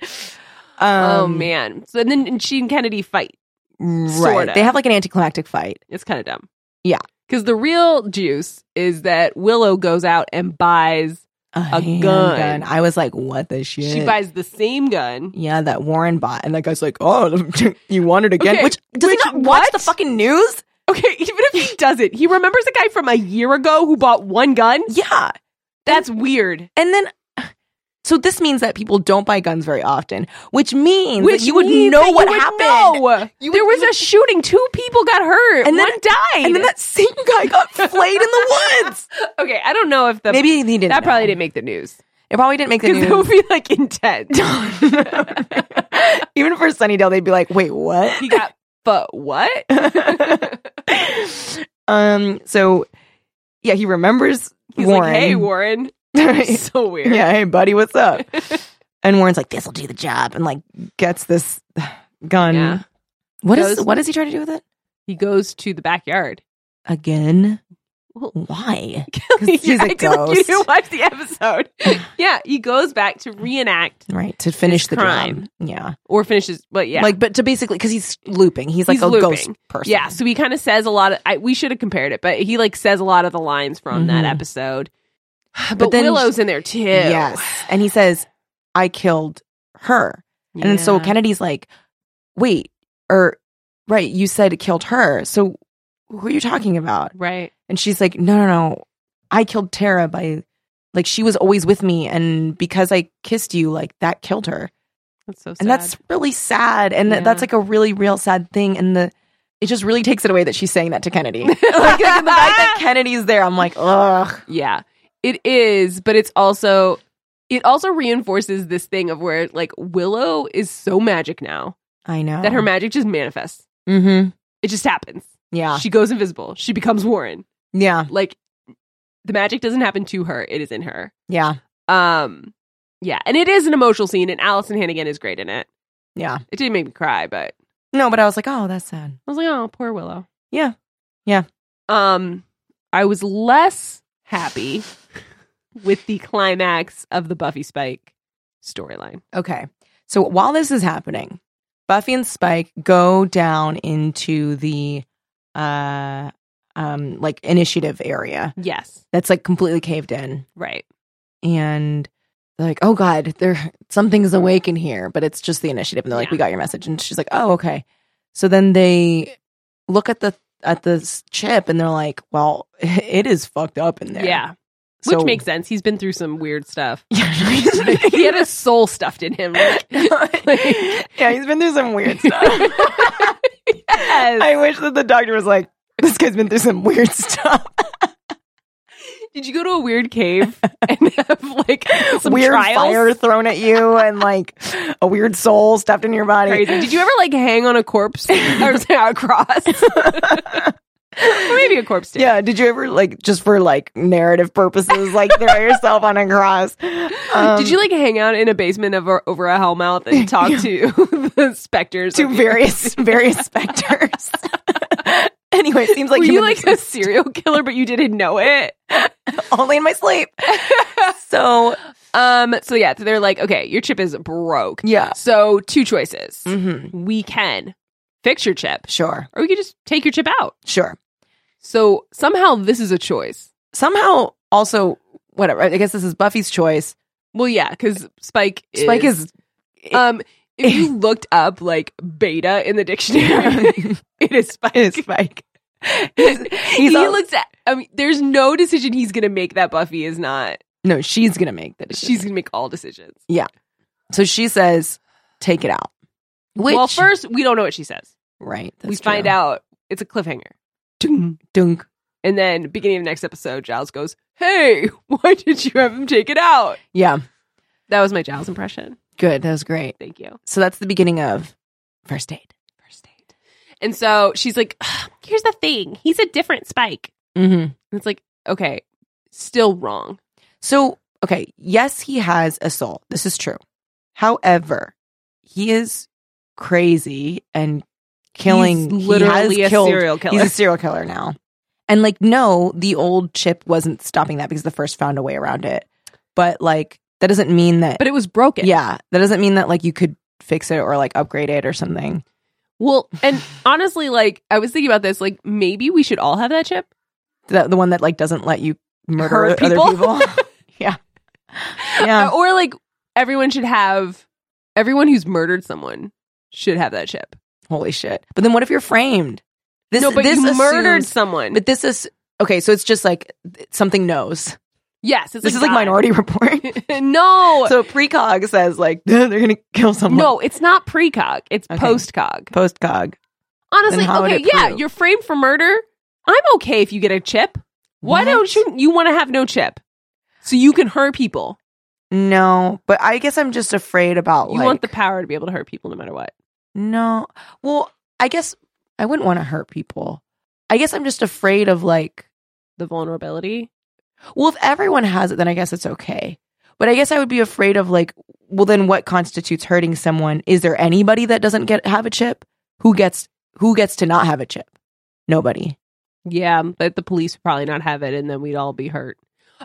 B: oh
A: Um,
B: man. So then and she and Kennedy fight.
A: right
B: Sorta.
A: they have like an anticlimactic fight
B: It's kind of dumb.
A: Yeah.
B: Because the real juice is that Willow goes out and buys. A gun.
A: handgun. i was like what the shit
B: She buys the same gun.
A: yeah, that Warren bought, and that guy's like, "Oh, you want it again?"
B: Okay,
A: Which does
B: which-
A: he not watch
B: what?
A: the fucking news?
B: Okay, even if he doesn't, he remembers a guy from a year ago who bought one gun.
A: Yeah.
B: That's weird.
A: And then so this means that people don't buy guns very often, which means
B: Which
A: that you would
B: means
A: know
B: that
A: what
B: you would
A: happened.
B: know.
A: You
B: there
A: would-
B: was a shooting. Two people got hurt.
A: And
B: And
A: then-
B: one died.
A: And then that same guy got flayed in the woods.
B: okay, I don't know if the
A: Maybe he didn't.
B: that probably
A: know.
B: didn't make the news
A: It probably didn't make the
B: because that would
A: news.
B: be like intense.
A: Even for Sunnydale, they'd be like, "Wait, what?"
B: he got but what?
A: um. So, yeah, he remembers
B: He's
A: Warren.
B: like, hey, Warren. so weird.
A: yeah, hey, buddy, what's up? and Warren's like, "This will do the job," and like gets this gun.
B: Yeah.
A: What is?
B: Goes-
A: What does he try to do with it?
B: He goes to the backyard
A: again?
B: Well,
A: Why?
B: Kelly,
A: he's a
B: I feel like you
A: ghost.
B: didn't watch the episode. yeah, he goes back to reenact
A: Right to finish the
B: crime.
A: job. Yeah.
B: or finishes. But yeah,
A: Like, but to basically because he's looping. He's like
B: He's
A: a ghost
B: looping.
A: person.
B: yeah. So he kind of says a lot of. I, we should have compared it, but he like says a lot of the lines from that
A: Mhm.
B: episode. But,
A: then-
B: Willow's in there too.
A: Yes. And he says, "I killed her." And then so
B: Yeah.
A: Kennedy's like, "Wait, or right? You said it killed her. So who are you talking about?"
B: right.
A: And she's like, no, no, no. I killed Tara by, like, she was always with me. And because I kissed you, like, that killed her.
B: That's so sad.
A: And that's really sad. And th-
B: Yeah.
A: that's like a really real sad thing. And the, it just really takes it away that she's saying that to Kennedy. like, like, the fact that Kennedy's there, I'm like, ugh.
B: Yeah, it is, but it's also it also reinforces this thing of where like Willow is so magic now
A: I know.
B: that her magic just manifests.
A: Mm-hmm.
B: It just happens.
A: Yeah.
B: She goes invisible. She becomes Warren.
A: Yeah.
B: Like the magic doesn't happen to her; it is in her.
A: Yeah.
B: Um, yeah, and it is an emotional scene, and Allison Hannigan is great in it.
A: Yeah.
B: It didn't make me cry, but
A: No, but I was like, oh, that's sad.
B: I was like, oh, poor Willow.
A: Yeah. Yeah.
B: Um, I was less happy with the climax of the Buffy Spike storyline.
A: Okay. So while this is happening, Buffy and Spike go down into the, uh, um, like initiative area.
B: Yes.
A: that's like completely caved in
B: Right.
A: and they're like oh god there something's awake in here but it's just the initiative and they're like
B: Yeah.
A: we got your message and she's like oh okay so then they look at the at this chip and they're like well it is fucked up in there
B: Yeah. Which
A: So-
B: makes sense. He's been through some weird stuff.
A: yeah,
B: he had his soul stuffed in him. Like,
A: yeah he's been through some weird stuff
B: Yes.
A: i wish that the doctor was like this guy's been through some weird stuff
B: Did you go to a weird cave and have like some
A: weird
B: trials?
A: fire thrown at you and like a weird soul stuffed in your body
B: Crazy. Did you ever like hang on a corpse or sorry, a cross? Or maybe a corpse did.
A: Yeah. Did you ever like just for like narrative purposes, like throw yourself on a cross? Um,
B: Did you like hang out in a basement of a, over a hellmouth and talk
A: Yeah.
B: to the specters?
A: to various various specters? anyway, it seems like
B: Were you
A: human
B: like a
A: beings-
B: serial killer, but you didn't know it?
A: only in my sleep. so
B: Um. So yeah. So they're like, okay, your chip is broke.
A: yeah,
B: So two choices.
A: mm-hmm.
B: We can fix your chip,
A: sure,
B: or we could just take your chip out.
A: sure.
B: So somehow this is a choice.
A: Somehow, also whatever. I guess this is Buffy's choice.
B: Well, yeah, because Spike. Is,
A: Spike is
B: Um. If you looked up like beta in the dictionary,
A: it
B: it is Spike.
A: is Spike.
B: he
A: all-
B: looks at. I mean, there's no decision he's gonna make that Buffy is not.
A: No, she's gonna make that. decision.
B: She's gonna make all decisions.
A: so she says, take it out. Which
B: well, first we don't know what she says.
A: right?
B: we find out it's a cliffhanger. Ding.
A: Dunk.
B: And then beginning of next episode, Giles goes, "Hey, why did you have him take it out?"
A: Yeah,
B: That was my Giles impression.
A: good. That was great.
B: Thank you.
A: So that's the beginning of first date.
B: First date. And so she's like, "Ugh, "Here's the thing. He's a different Spike."
A: Mm-hmm.
B: And it's like, "Okay, still wrong."
A: So, okay, yes, he has a soul. This is true. However, he is crazy and killing.
B: He's
A: he
B: literally
A: has
B: a
A: killed-
B: serial killer.
A: He's a serial killer now. And like, no, the old chip wasn't stopping that because the first found a way around it. But like, that doesn't mean that.
B: but it was broken.
A: yeah, that doesn't mean that like you could fix it or like upgrade it or something.
B: Well, and honestly, like I was thinking about this, like maybe we should all have that chip.
A: The, the one that like doesn't let you murder
B: Hurt
A: other
B: people.
A: people. yeah. Yeah.
B: Uh, or like everyone should have everyone who's murdered someone should have that chip.
A: Holy shit! But then what if you're framed? This
B: no, but
A: this
B: you murdered
A: assumes-
B: someone.
A: But this is okay. So it's just like th- something knows.
B: yes, it's
A: This is like
B: God.
A: Minority Report.
B: no,
A: so precog says like they're gonna kill someone.
B: no, it's not precog. It's
A: Okay.
B: postcog.
A: postcog.
B: Honestly,
A: Then how would
B: okay,
A: it
B: yeah,
A: prove?
B: you're framed for murder. I'm okay if you get a chip.
A: What?
B: Why don't you? You want to have no chip, so you can hurt people.
A: No, but I guess I'm just afraid about
B: You
A: like
B: want the power to be able to hurt people no matter what.
A: no. Well, I guess I wouldn't want to hurt people. I guess I'm just afraid of like
B: The vulnerability.
A: well, if everyone has it, then I guess it's okay. But I guess I would be afraid of like, well, then what constitutes hurting someone? Is there anybody that doesn't get have a chip? Who gets who gets to not have a chip? Nobody.
B: Yeah, but the police would probably not have it, and then we'd all be hurt.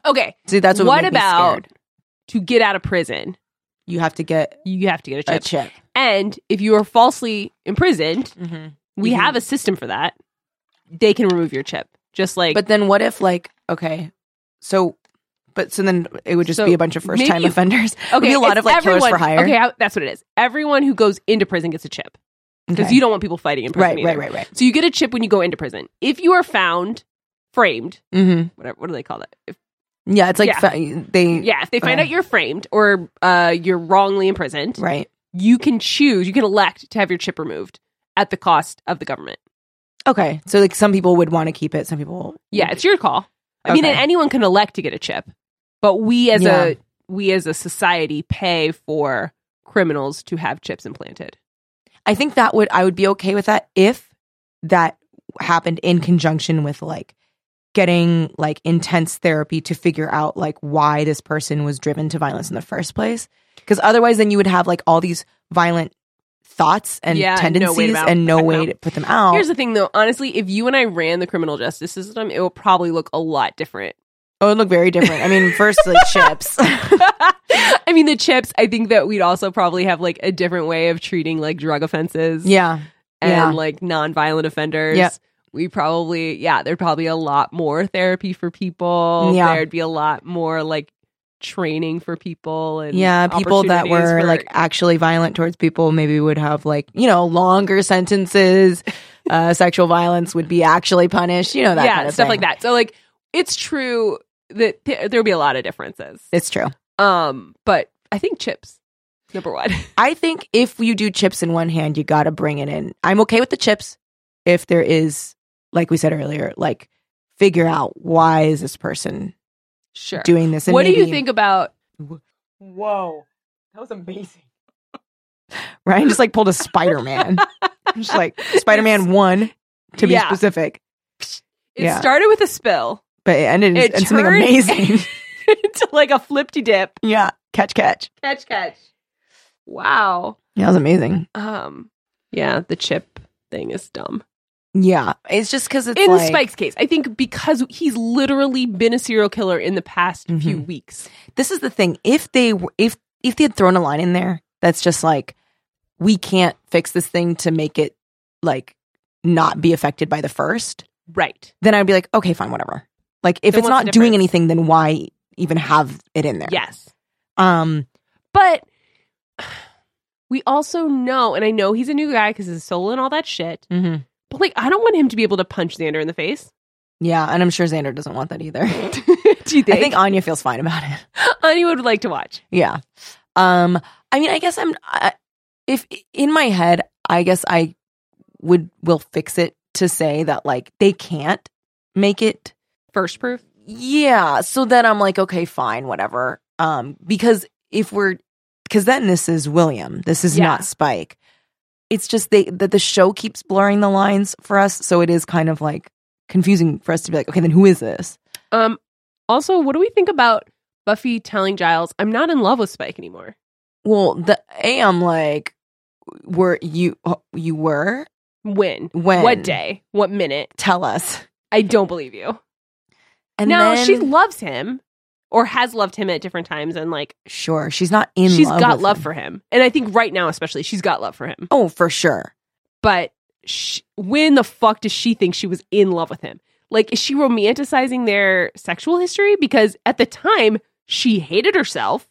B: Okay,
A: See, that's what, would
B: what
A: make me
B: about
A: scared.
B: to get out of prison?
A: you have to get
B: You have to get
A: a
B: a chip.
A: chip.
B: and if you are falsely imprisoned,
A: Mm-hmm.
B: we
A: Mhm.
B: have a system for that. They can remove your chip, just like
A: But then what if like okay, so but so then it would just
B: So
A: be a bunch of first time
B: maybe-
A: offenders. be a lot
B: it's
A: of, like, killers
B: everyone,
A: for hire.
B: Okay, I- that's what it is. Everyone who goes into prison gets a chip because
A: Okay.
B: you don't want people fighting in prison.
A: right,
B: either.
A: right, right, right.
B: So you get a chip when you go into prison. If you are found, framed,
A: Mm-hmm.
B: whatever, what do they call that? If,
A: Yeah, it's like
B: Yeah.
A: fa- they
B: yeah, if they find
A: Okay.
B: out you're framed or uh, you're wrongly imprisoned,
A: Uh. right.
B: you can choose, you can elect to have your chip removed at the cost of the government.
A: Okay, so like some people would want to keep it, some people
B: Yeah, it's your call. I mean,
A: Okay.
B: and anyone can elect to get a chip, but we as
A: Yeah.
B: a we as a society pay for criminals to have chips implanted.
A: I think that would I would be okay with that if that happened in conjunction with like getting like intense therapy to figure out like why this person was driven to violence in the first place because otherwise then you would have like all these violent thoughts and
B: Yeah, and no way
A: tendencies
B: to mount-
A: and no
B: put them
A: way
B: out.
A: to put them out
B: Here's the thing, though. Honestly, if you and I ran the criminal justice system, it would probably look a lot different.
A: oh it looked very different i mean first like chips
B: I mean, the chips. I think that we'd also probably have like a different way of treating like drug offenses
A: yeah
B: and
A: yeah.
B: like nonviolent offenders.
A: Yep.
B: We probably, yeah, there'd probably be a lot more therapy for people.
A: Yeah.
B: There'd be a lot more like training for people and
A: yeah people that
B: opportunities
A: were
B: for-
A: like actually violent towards people maybe would have like you know longer sentences uh sexual violence would be actually punished you know that
B: yeah,
A: kind of
B: stuff
A: thing.
B: like that. So like, it's true that th- there'll be a lot of differences.
A: it's true
B: Um, but I think chips number one.
A: i think if you do chips in one hand you gotta bring it in i'm okay with the chips if there is like we said earlier like figure out why is this person
B: Sure.
A: doing this and
B: what do you
A: maybe-
B: think about?
C: Whoa, that was amazing.
A: ryan just like pulled a spider-man just like spider-man one to be
B: Yeah.
A: specific
B: It
A: Yeah.
B: started with a spill
A: but it ended in,
B: It
A: in something
B: turned-
A: amazing
B: to like a flipty dip.
A: yeah catch catch
B: Catch, catch. Wow.
A: yeah that was amazing
B: Um. Yeah, the chip thing is dumb.
A: Yeah, it's just because it's
B: in
A: like,
B: Spike's case, I think because he's literally been a serial killer in the past few weeks.
A: This is the thing. If they w- if if they had thrown a line in there that's just like, we can't fix this thing to make it like not be affected by the first,
B: Right.
A: then I'd be like, okay, fine, whatever. Like if
B: Then
A: it's
B: what's
A: not
B: the
A: doing
B: difference?
A: anything, then why even have it in there?
B: Yes.
A: Um.
B: But we also know, and I know he's a new guy because his soul and all that shit. But like, I don't want him to be able to punch Xander in the face.
A: Yeah, and I'm sure Xander doesn't want that either.
B: Do you
A: I
B: think?
A: think Anya feels fine about it.
B: Ani would like to watch.
A: Yeah. Um I mean I guess I'm I, if in my head I guess I would will fix it to say that like they can't make it
B: First proof.
A: yeah so then I'm like okay fine whatever um because if we're cuz then this is William this is
B: Yeah.
A: not Spike it's just they that the show keeps blurring the lines for us so it is kind of like confusing for us to be like okay then who is this
B: Um. Also, what do we think about Buffy telling Giles, "I'm not in love with Spike anymore"?
A: well the am like were you you were
B: When?
A: when
B: What day? What minute?
A: tell us
B: I don't believe you.
A: and
B: no,
A: then-
B: she loves him, or has loved him at different times, and like
A: sure she's not in
B: she's
A: love
B: got
A: with
B: love
A: him.
B: for him. And I think right now, especially, she's got love for him.
A: oh for sure
B: But sh when the fuck does she think she was in love with him? Like, is she romanticizing their sexual history? Because at the time, she hated herself.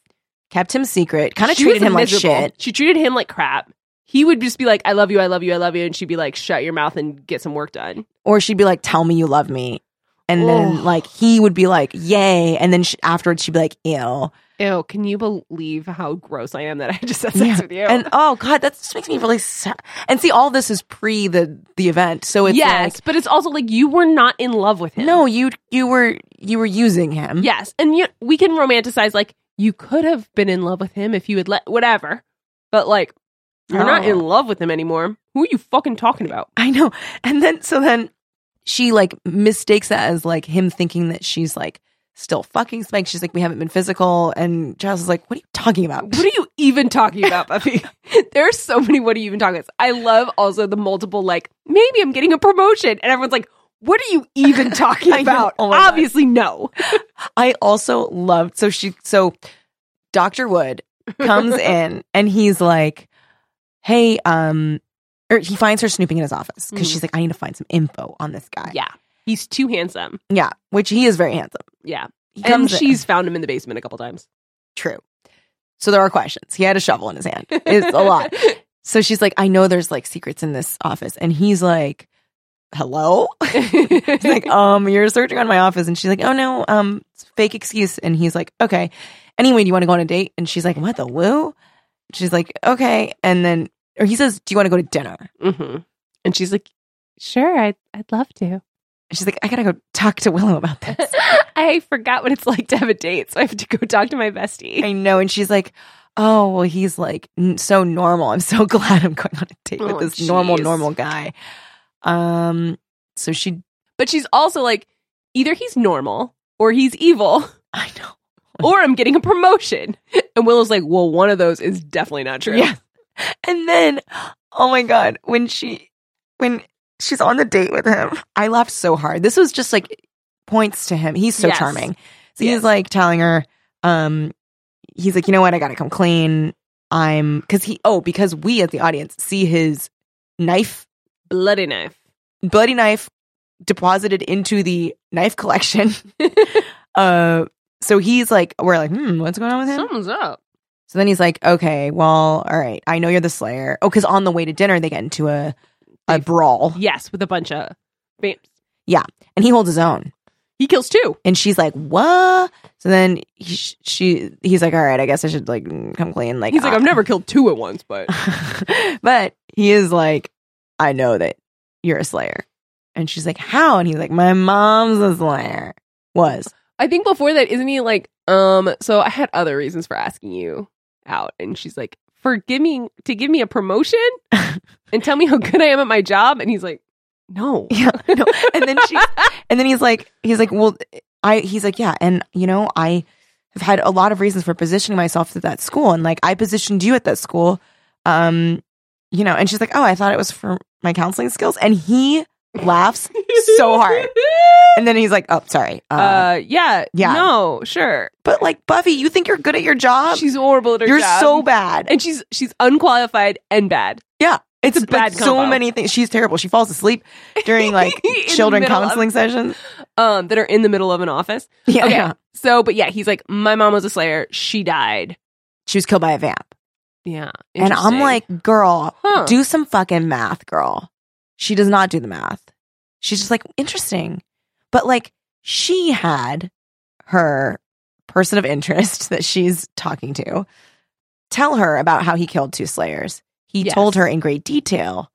A: kept him secret kind of
B: She was
A: treated him like
B: miserable.
A: shit
B: She treated him like crap. He would just be like, I love you, I love you, I love you. And she'd be like, shut your mouth and get some work done.
A: or she'd be like tell me you love me and
B: Ugh.
A: then like he would be like yay and then she, afterwards she'd be like ew
B: Ew, can you believe how gross I am that I just had sex
A: Yeah.
B: with you?
A: and oh god that just makes me really sad and see all this is pre the the event so it's
B: yes,
A: like
B: but it's also like you were not in love with him.
A: no you you were you were using him
B: Yes, and you, we can romanticize like you could have been in love with him if you had let whatever, but like you're not
A: No.
B: in love with him anymore. Who are you fucking talking about?
A: I know. And then so then she like mistakes that as like him thinking that she's like still fucking Spike. She's like, we haven't been physical. And Giles is like, what are you talking about?
B: What are you even talking about, Buffy? there are so many. What are you even talking about? I love also the multiple like maybe I'm getting a promotion, and everyone's like, What are you even talking
A: I know.
B: about?
A: Oh my God.
B: Obviously, no.
A: I also loved so she so Dr. Wood comes in and he's like, "Hey, um or he finds her snooping in his office because
B: Mhm.
A: she's like, I need to find some info on this guy.
B: Yeah. He's too handsome.
A: Yeah, which he is very handsome.
B: Yeah.
A: He
B: And
A: comes in-
B: she's found him in the basement a couple times.
A: true. So there are questions. He had a shovel in his hand. It's a lot. So she's like, I know there's like secrets in this office. And he's like, Hello?
B: It's
A: He's like, um, you're searching on my office. And she's like, oh no, um, it's a fake excuse. And he's like, okay. Anyway, do you want to go on a date? And she's like, what the woo? She's like, okay. And then, or he says, do you want to go to dinner?
B: hmm And she's like, sure, I'd, I'd love to.
A: And she's like, I gotta go talk to Willow about this.
B: I forgot what it's like to have a date, so I have to go talk to my bestie.
A: I know. And she's like, oh, well, he's like n- so normal. I'm so glad I'm going on a date
B: Oh,
A: with this normal,
B: jeez.
A: normal guy. Um, so she,
B: But she's also like, either he's normal or he's evil
A: I know.
B: or I'm getting a promotion. And Willow's like, well, one of those is definitely not true.
A: Yeah. And then, oh my god, when she when she's on the date with him, I laughed so hard. This was just like points to him. He's so
B: Yes.
A: charming. So
B: Yes.
A: he's like telling her, um, he's like, you know what, I gotta come clean. I'm because he oh because we as the audience see his knife,
B: Bloody knife.
A: bloody knife, deposited into the knife collection. uh, so he's like, we're like, hmm, what's going on with him?
B: Something's up.
A: So then he's like, okay, well, all right, I know you're the Slayer. Oh, because on the way to dinner, they get into a, a
B: They-
A: brawl
B: Yes, with a bunch of babes.
A: and he holds his own.
B: He kills two.
A: And she's like, what? So then he, sh- she, he's like, all right, I guess I should like come clean. Like,
B: He's like,
A: uh,
B: I've never killed two at once, but
A: but he is like, I know that you're a Slayer. And she's like, how? And he's like, my mom's a Slayer. Was.
B: I think before that, isn't he like, um, so I had other reasons for asking you out. And she's like, for giving to give me a promotion and tell me how good I am at my job. And he's like, no.
A: Yeah. No. And then she, And then he's like, he's like, well, I, he's like, yeah. And, you know, I have had a lot of reasons for positioning myself to that school. And like, I positioned you at that school. Um, you know, and she's like, oh, I thought it was for my counseling skills. And he laughs so hard. And then he's like, oh, sorry. Uh,
B: Uh, yeah,
A: Yeah.
B: no, sure.
A: but like, Buffy, you think you're good at your job?
B: she's horrible at her
A: Um, You're
B: job.
A: so bad.
B: and she's she's unqualified and bad.
A: It's,
B: a bad
A: like, so
B: combo.
A: many things. She's terrible. She falls asleep during like
B: In the
A: children
B: middle of-
A: counseling sessions.
B: Um, that are in the middle of an office.
A: Yeah,
B: Okay.
A: yeah.
B: So, but yeah, he's like, my mom was a slayer. She died.
A: She was killed by a vamp.
B: Yeah,
A: And I'm
B: interesting.
A: like, girl,
B: Huh.
A: do some fucking math, girl. She does not do the math. She's just like, interesting. But like, she had her person of interest that she's talking to tell her about how he killed two slayers. He
B: Yes.
A: told her in great detail.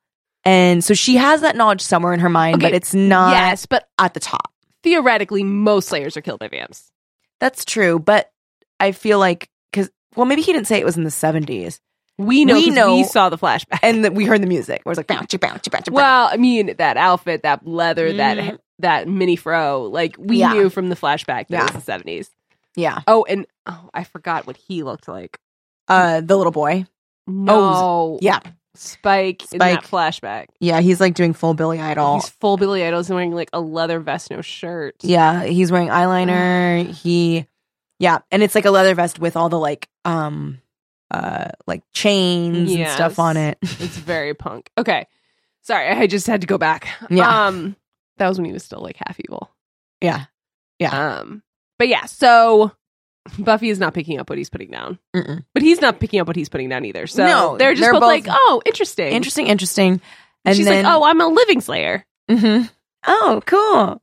A: And so she has that knowledge somewhere in her mind,
B: Okay.
A: but it's not
B: yes, but
A: at the top.
B: theoretically, most slayers are killed by vamps.
A: That's true. But I feel like, because, well, maybe he didn't say it was in the 70s.
B: We know.
A: We
B: 'cause
A: know-
B: We saw the flashback.
A: And that we heard the music. Where it's like, bounce, bounce, bounce,
B: well, I mean, that outfit, that leather, that
A: Mhm.
B: that mini fro, like we
A: Yeah.
B: knew from the flashback that
A: Yeah.
B: it was the seventies.
A: yeah.
B: Oh, and oh, I forgot what he looked like.
A: Uh, the little boy.
B: No,
A: Oh, yeah.
B: Spike, in that flashback.
A: Yeah, he's like doing full Billy Idol.
B: He's full Billy Idol. He's wearing like a leather vest, no shirt.
A: yeah, he's wearing eyeliner.
B: Oh.
A: He, yeah, and it's like a leather vest with all the like, um, uh, like chains and
B: Yes.
A: stuff on it.
B: It's very punk. Okay, sorry, I just had to go back.
A: Yeah.
B: um, that was when he was still like half evil.
A: Yeah. Yeah.
B: Um, but yeah, so Buffy is not picking up what he's putting down,
A: Mm-mm.
B: but he's not picking up what he's putting down either. So
A: No,
B: they're just
A: they're
B: both,
A: both-
B: like, oh, interesting,
A: Interesting, interesting.
B: And
A: And
B: she's
A: then,
B: like, oh, I'm a living slayer.
A: mhm. oh, cool.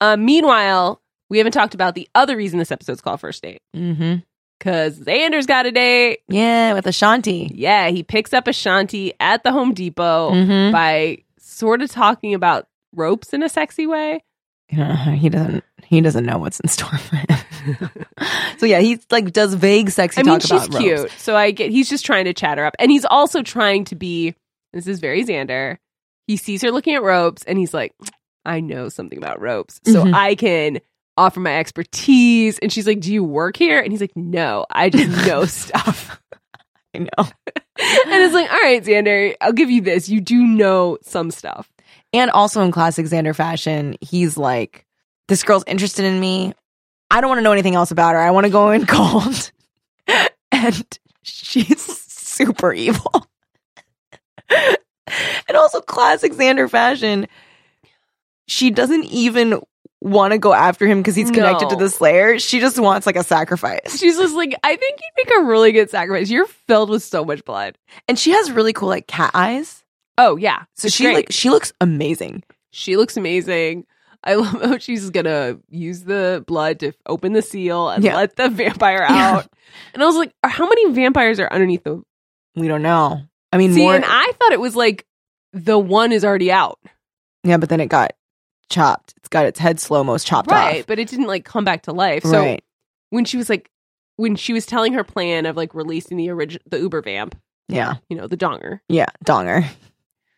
B: Uh, meanwhile, we haven't talked about the other reason this episode's called first date
A: hmm
B: because Xander's got a date.
A: Yeah, with Ashanti.
B: Yeah, he picks up Ashanti at the Home Depot
A: Mm-hmm.
B: by sort of talking about ropes in a sexy way.
A: he doesn't. He doesn't know what's in store for him. so yeah, he like does vague, sexy
B: I mean,
A: talk
B: she's
A: about
B: cute,
A: ropes.
B: so I get he's just trying to chat her up, and he's also trying to be. This is very Xander. He sees her looking at ropes, and he's like, "I know something about ropes, so
A: Mhm.
B: I can." Offer my expertise, and she's like, "Do you work here?" And he's like, "No, I just know stuff."
A: I know. Oh.
B: and it's like, all right, Xander, I'll give you this. You do know some stuff.
A: And also in classic Xander fashion, he's like, this girl's interested in me. I don't want to know anything else about her. I want to go in cold. and she's super evil. and also classic Xander fashion, she doesn't even want to go after him because he's connected to
B: No.
A: the Slayer. She just wants like a sacrifice.
B: She's just like, I think you'd make a really good sacrifice. You're filled with so much blood.
A: And she has really cool like cat eyes.
B: Oh yeah.
A: So
B: It's
A: she
B: great.
A: like she looks amazing.
B: she looks amazing. I love how she's gonna use the blood to open the seal and
A: Yeah.
B: let the vampire
A: Yeah.
B: out. And I was like, how many vampires are underneath the
A: We don't know. I mean,
B: See,
A: more
B: and I thought it was like the one is already out.
A: Yeah, but then it got chopped. It's got its head slow most chopped
B: Right. But it didn't like come back to life.
A: off.
B: So
A: right.
B: when she was like when she was telling her plan of like releasing the original the Uber vamp,
A: Yeah.
B: you know, the donger,
A: Yeah. Donger.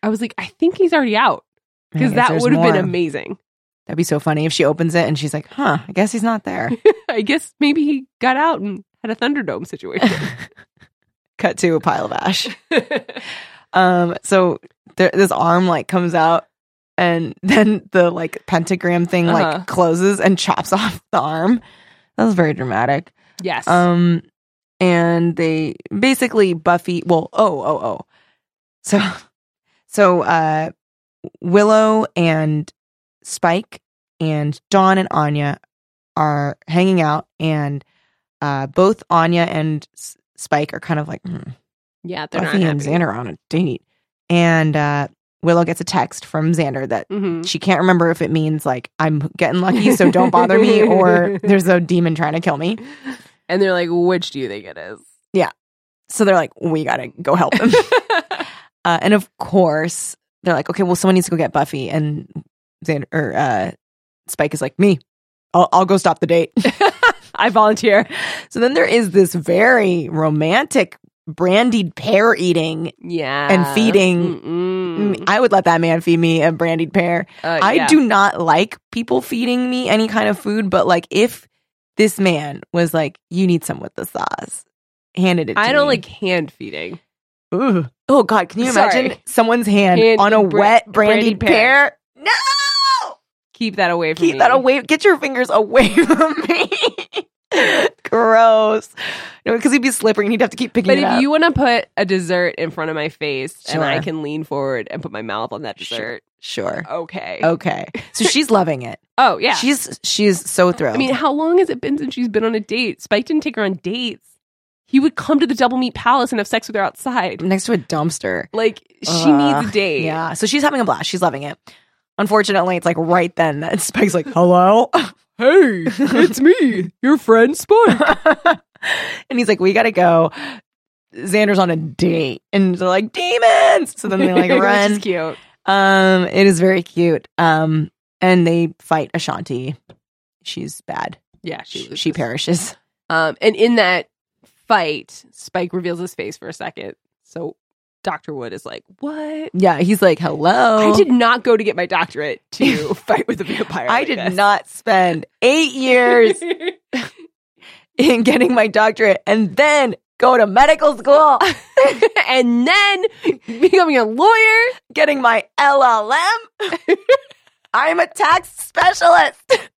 B: I was like, I think he's already out.
A: I
B: Because
A: guess
B: that
A: there's
B: would have been
A: more.
B: amazing.
A: That'd be so funny if she opens it and she's like, huh, I guess he's not there.
B: I guess maybe he got out and had a Thunderdome situation.
A: Cut to a pile of ash. Um, so there, this arm like comes out and then the like pentagram thing
B: Uh-huh.
A: like closes and chops off the arm. That was very dramatic.
B: yes.
A: Um, and they basically Buffy. Well, oh, oh, oh. So, so uh, Willow and Spike and Dawn and Anya are hanging out, and uh, both Anya and S- Spike are kind of like "Hmm,
B: yeah, they're
A: Buffy
B: not
A: and
B: happy.
A: Xander are on a date, and uh, Willow gets a text from Xander that
B: Mhm.
A: she can't remember if it means like I'm getting lucky, so don't bother me, or there's a demon trying to kill me.
B: And they're like, which do you think it is?
A: So they're like, we gotta go help him. uh, and of course, they're like, okay, well, someone needs to go get Buffy. And Xander, or, uh, Spike is like, me, I'll, I'll go stop the date.
B: I volunteer.
A: so then there is this very romantic brandied pear eating.
B: Yeah.
A: And feeding. Mm,
B: Mm-mm.
A: I would let that man feed me a brandied pear.
B: mm, Uh,
A: I
B: yeah.
A: do not like people feeding me any kind of food, but like if this man was like, you need some with the sauce, handed it to
B: I don't
A: me.
B: like hand feeding.
A: Ugh. Oh God! Can you imagine
B: Sorry.
A: someone's hand
B: Hand
A: on a
B: bra-
A: wet brandy
B: brandied pear.
A: pear? No!
B: Keep that away from
A: Keep
B: me.
A: that away. Get your fingers away from me. Gross. No, because he'd be slippery and he'd have to keep picking
B: But
A: it
B: if
A: up.
B: you want to put a dessert in front of my face and I
A: Sure.
B: can lean forward and put my mouth on that
A: Sure. Oh,
B: dessert,
A: sure.
B: okay.
A: Okay. So she's loving it.
B: Oh, yeah.
A: She's she's so thrilled.
B: I mean, how long has it been since she's been on a date? Spike didn't take her on dates. He would come to the Double Meat Palace and have sex with her outside.
A: next to a dumpster.
B: Like she
A: Ugh,
B: needs a date.
A: Yeah. So she's having a blast. She's loving it. Unfortunately, it's like right then that Spike's like, "Hello."
B: Hey, it's me, your friend Spike.
A: and he's like, "We gotta go." Xander's on a date, and they're like, "Demons!" So then they like
B: Which
A: run.
B: is cute.
A: Um, it is very cute. Um, and they fight Ashanti. She's bad.
B: Yeah,
A: She,
B: she
A: she
B: loses.
A: perishes.
B: Um, and in that fight, Spike reveals his face for a second. So Doctor Wood is like, "What?
A: Yeah, he's like, "Hello."
B: I did not go to get my doctorate to fight with a vampire.
A: I
B: like
A: did
B: this."
A: not spend eight years in getting my doctorate and then go to medical school,
B: and then becoming a lawyer.
A: getting my LLM. I'm a tax specialist.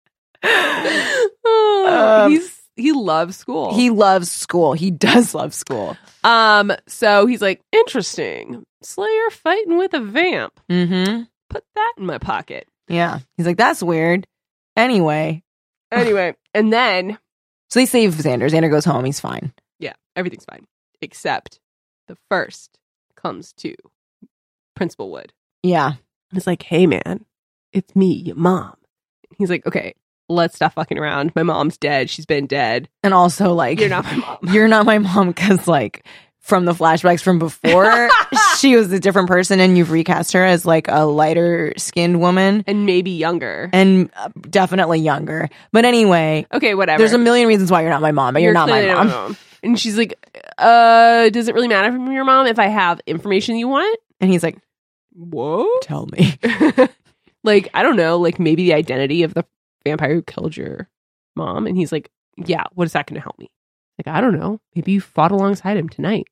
B: Oh,
A: Um,
B: he's he loves school.
A: He loves school. He does love school.
B: um. So he's like, interesting. Slayer fighting with a vamp.
A: Mm-hmm.
B: Put that in my pocket.
A: Yeah. He's like, that's weird. Anyway,
B: Anyway, and then
A: so they save Xander. Xander goes home. He's fine.
B: yeah, everything's fine except the first comes to Principal Wood.
A: Yeah.
B: And It's like, hey man, it's me, your mom. He's like, okay, let's stop fucking around. My mom's dead. She's been dead.
A: And also, like,
B: You're not my mom.
A: you're not my mom because, like, from the flashbacks from before, she was a different person, and you've recast her as like a lighter skinned woman
B: and maybe younger.
A: and uh, definitely younger. But anyway,
B: okay, whatever.
A: there's a million reasons why you're not my mom, but you're, not my
B: clearly
A: mom.
B: And she's like, uh, does it really matter if I'm your mom if I have information you want?
A: And he's like,
B: Whoa.
A: tell me.
B: like, I don't know, like maybe the identity of the vampire who killed your mom. And he's like, yeah, what is that going to help me? Like, I don't know. Maybe you fought alongside him tonight.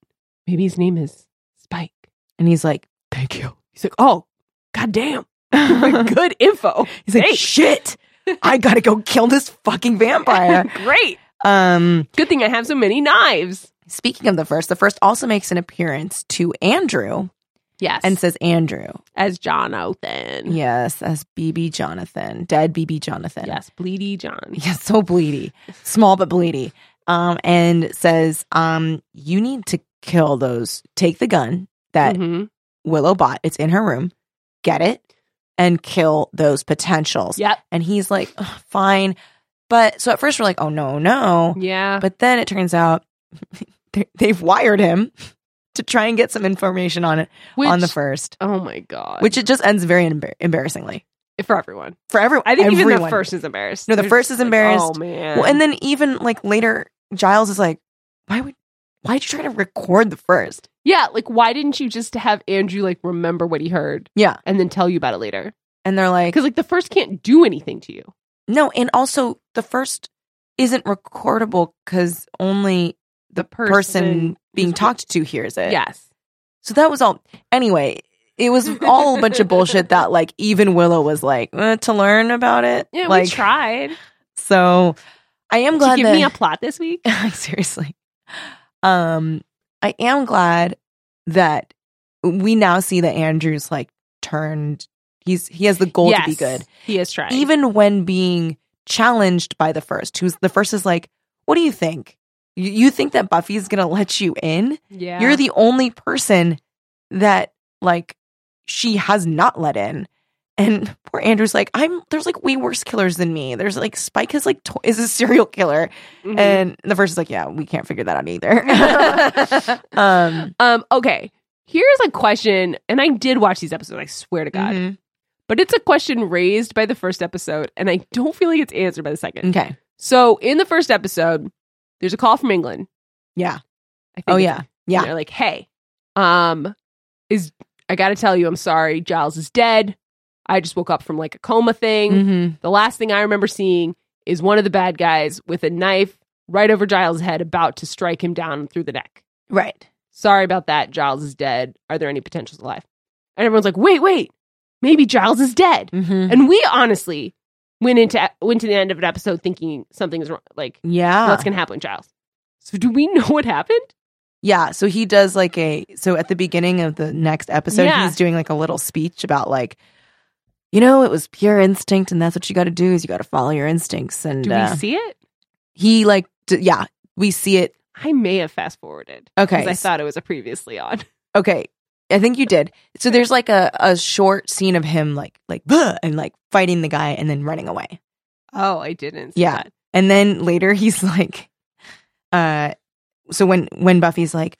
B: Maybe his name is Spike.
A: And he's like, thank you.
B: He's like, oh, goddamn. Good info.
A: He's like,
B: Hey.
A: shit, I gotta go kill this fucking vampire.
B: Great.
A: Um,
B: Good thing I have so many knives.
A: speaking of the first, the first also makes an appearance to Andrew
B: Yes. Mm-hmm.
A: and says, Andrew,
B: as John Othan.
A: yes, that's BB Jonathan, dead BB Jonathan.
B: Yes, Bleedy John.
A: Yeah, so bleedy, small but bleedy. Um, and says, um, you need to kill those. Take the gun that
B: Mhm.
A: Willow bought. It's in her room. Get it and kill those potentials.
B: Yep.
A: And he's like, "Ugh, fine. But so at first we're like, oh no, no.
B: Yeah.
A: Oh. But then it turns out they- they've wired him to try and get some information on it
B: Which,
A: on the first,
B: Oh my god.
A: which it just ends very embar- embarrassingly
B: for everyone.
A: for everyone.
B: I think even the
A: everyone.
B: first is embarrassed.
A: No, the
B: They're
A: first
B: just
A: is embarrassed.
B: oh man.
A: Well, and then even like later, Giles is like, why would why would you try to record the first?
B: yeah, like why didn't you just have Andrew like remember what he heard?
A: Yeah.
B: And then tell you about it later.
A: And they're like,
B: Because like the first can't do anything to you.
A: no. And also, the first isn't recordable because only
B: The
A: person, being
B: who's-
A: talked to hears it.
B: Yes.
A: So that was all. Anyway, it was all a bunch of bullshit that like even Willow was like eh, to learn about it.
B: Yeah,
A: like,
B: we tried.
A: So I am
B: Did you
A: glad
B: give
A: that
B: me a plot this week?
A: seriously. Um, I am glad that we now see that Andrew's like turned. He's he has the goal to be
B: Yes,
A: good,
B: He is trying.
A: even when being challenged by the first. Who's the first is like, what do you think? You, you think that Buffy's gonna let you in?
B: yeah.
A: You're the only person that like she has not let in. And poor Andrew's like, I'm there's like way worse killers than me. There's like Spike is like to- is a serial killer.
B: Mhm.
A: And the first is like, yeah, we can't figure that out either. um,
B: um okay. Here's a question, and I did watch these episodes, I swear to God.
A: mhm.
B: But it's a question raised by the first episode, and I don't feel like it's answered by the second.
A: Okay.
B: So in the first episode, there's a call from England.
A: Yeah.
B: I think
A: Oh
B: it's-
A: yeah. Yeah.
B: And they're like, hey, um, is I gotta tell you, I'm sorry, Giles is dead. I just woke up from like a coma thing.
A: Mm-hmm.
B: The last thing I remember seeing is one of the bad guys with a knife right over Giles' head about to strike him down through the neck.
A: Right.
B: Sorry about that. Giles is dead. Are there any potentials alive? And everyone's like, wait, wait, maybe Giles is dead.
A: Mm-hmm.
B: And we honestly went into went to the end of an episode thinking something's wrong, like
A: Yeah.
B: what's gonna happen, with Giles. So do we know what happened?
A: yeah. So he does like a so at the beginning of the next episode,
B: Yeah.
A: he's doing like a little speech about like, you know, it was pure instinct, and that's what you got to do is you got to follow your instincts. And
B: Do
A: uh,
B: we see it?
A: he like, d- yeah, we see it.
B: I may have fast forwarded
A: Okay.
B: because I thought it was a previously on.
A: Okay. I think you did. So there's like a, a short scene of him like like "Bleh," and like fighting the guy and then running away.
B: Oh, I didn't. see
A: Yeah.
B: that.
A: And then later he's like uh so when when Buffy's like,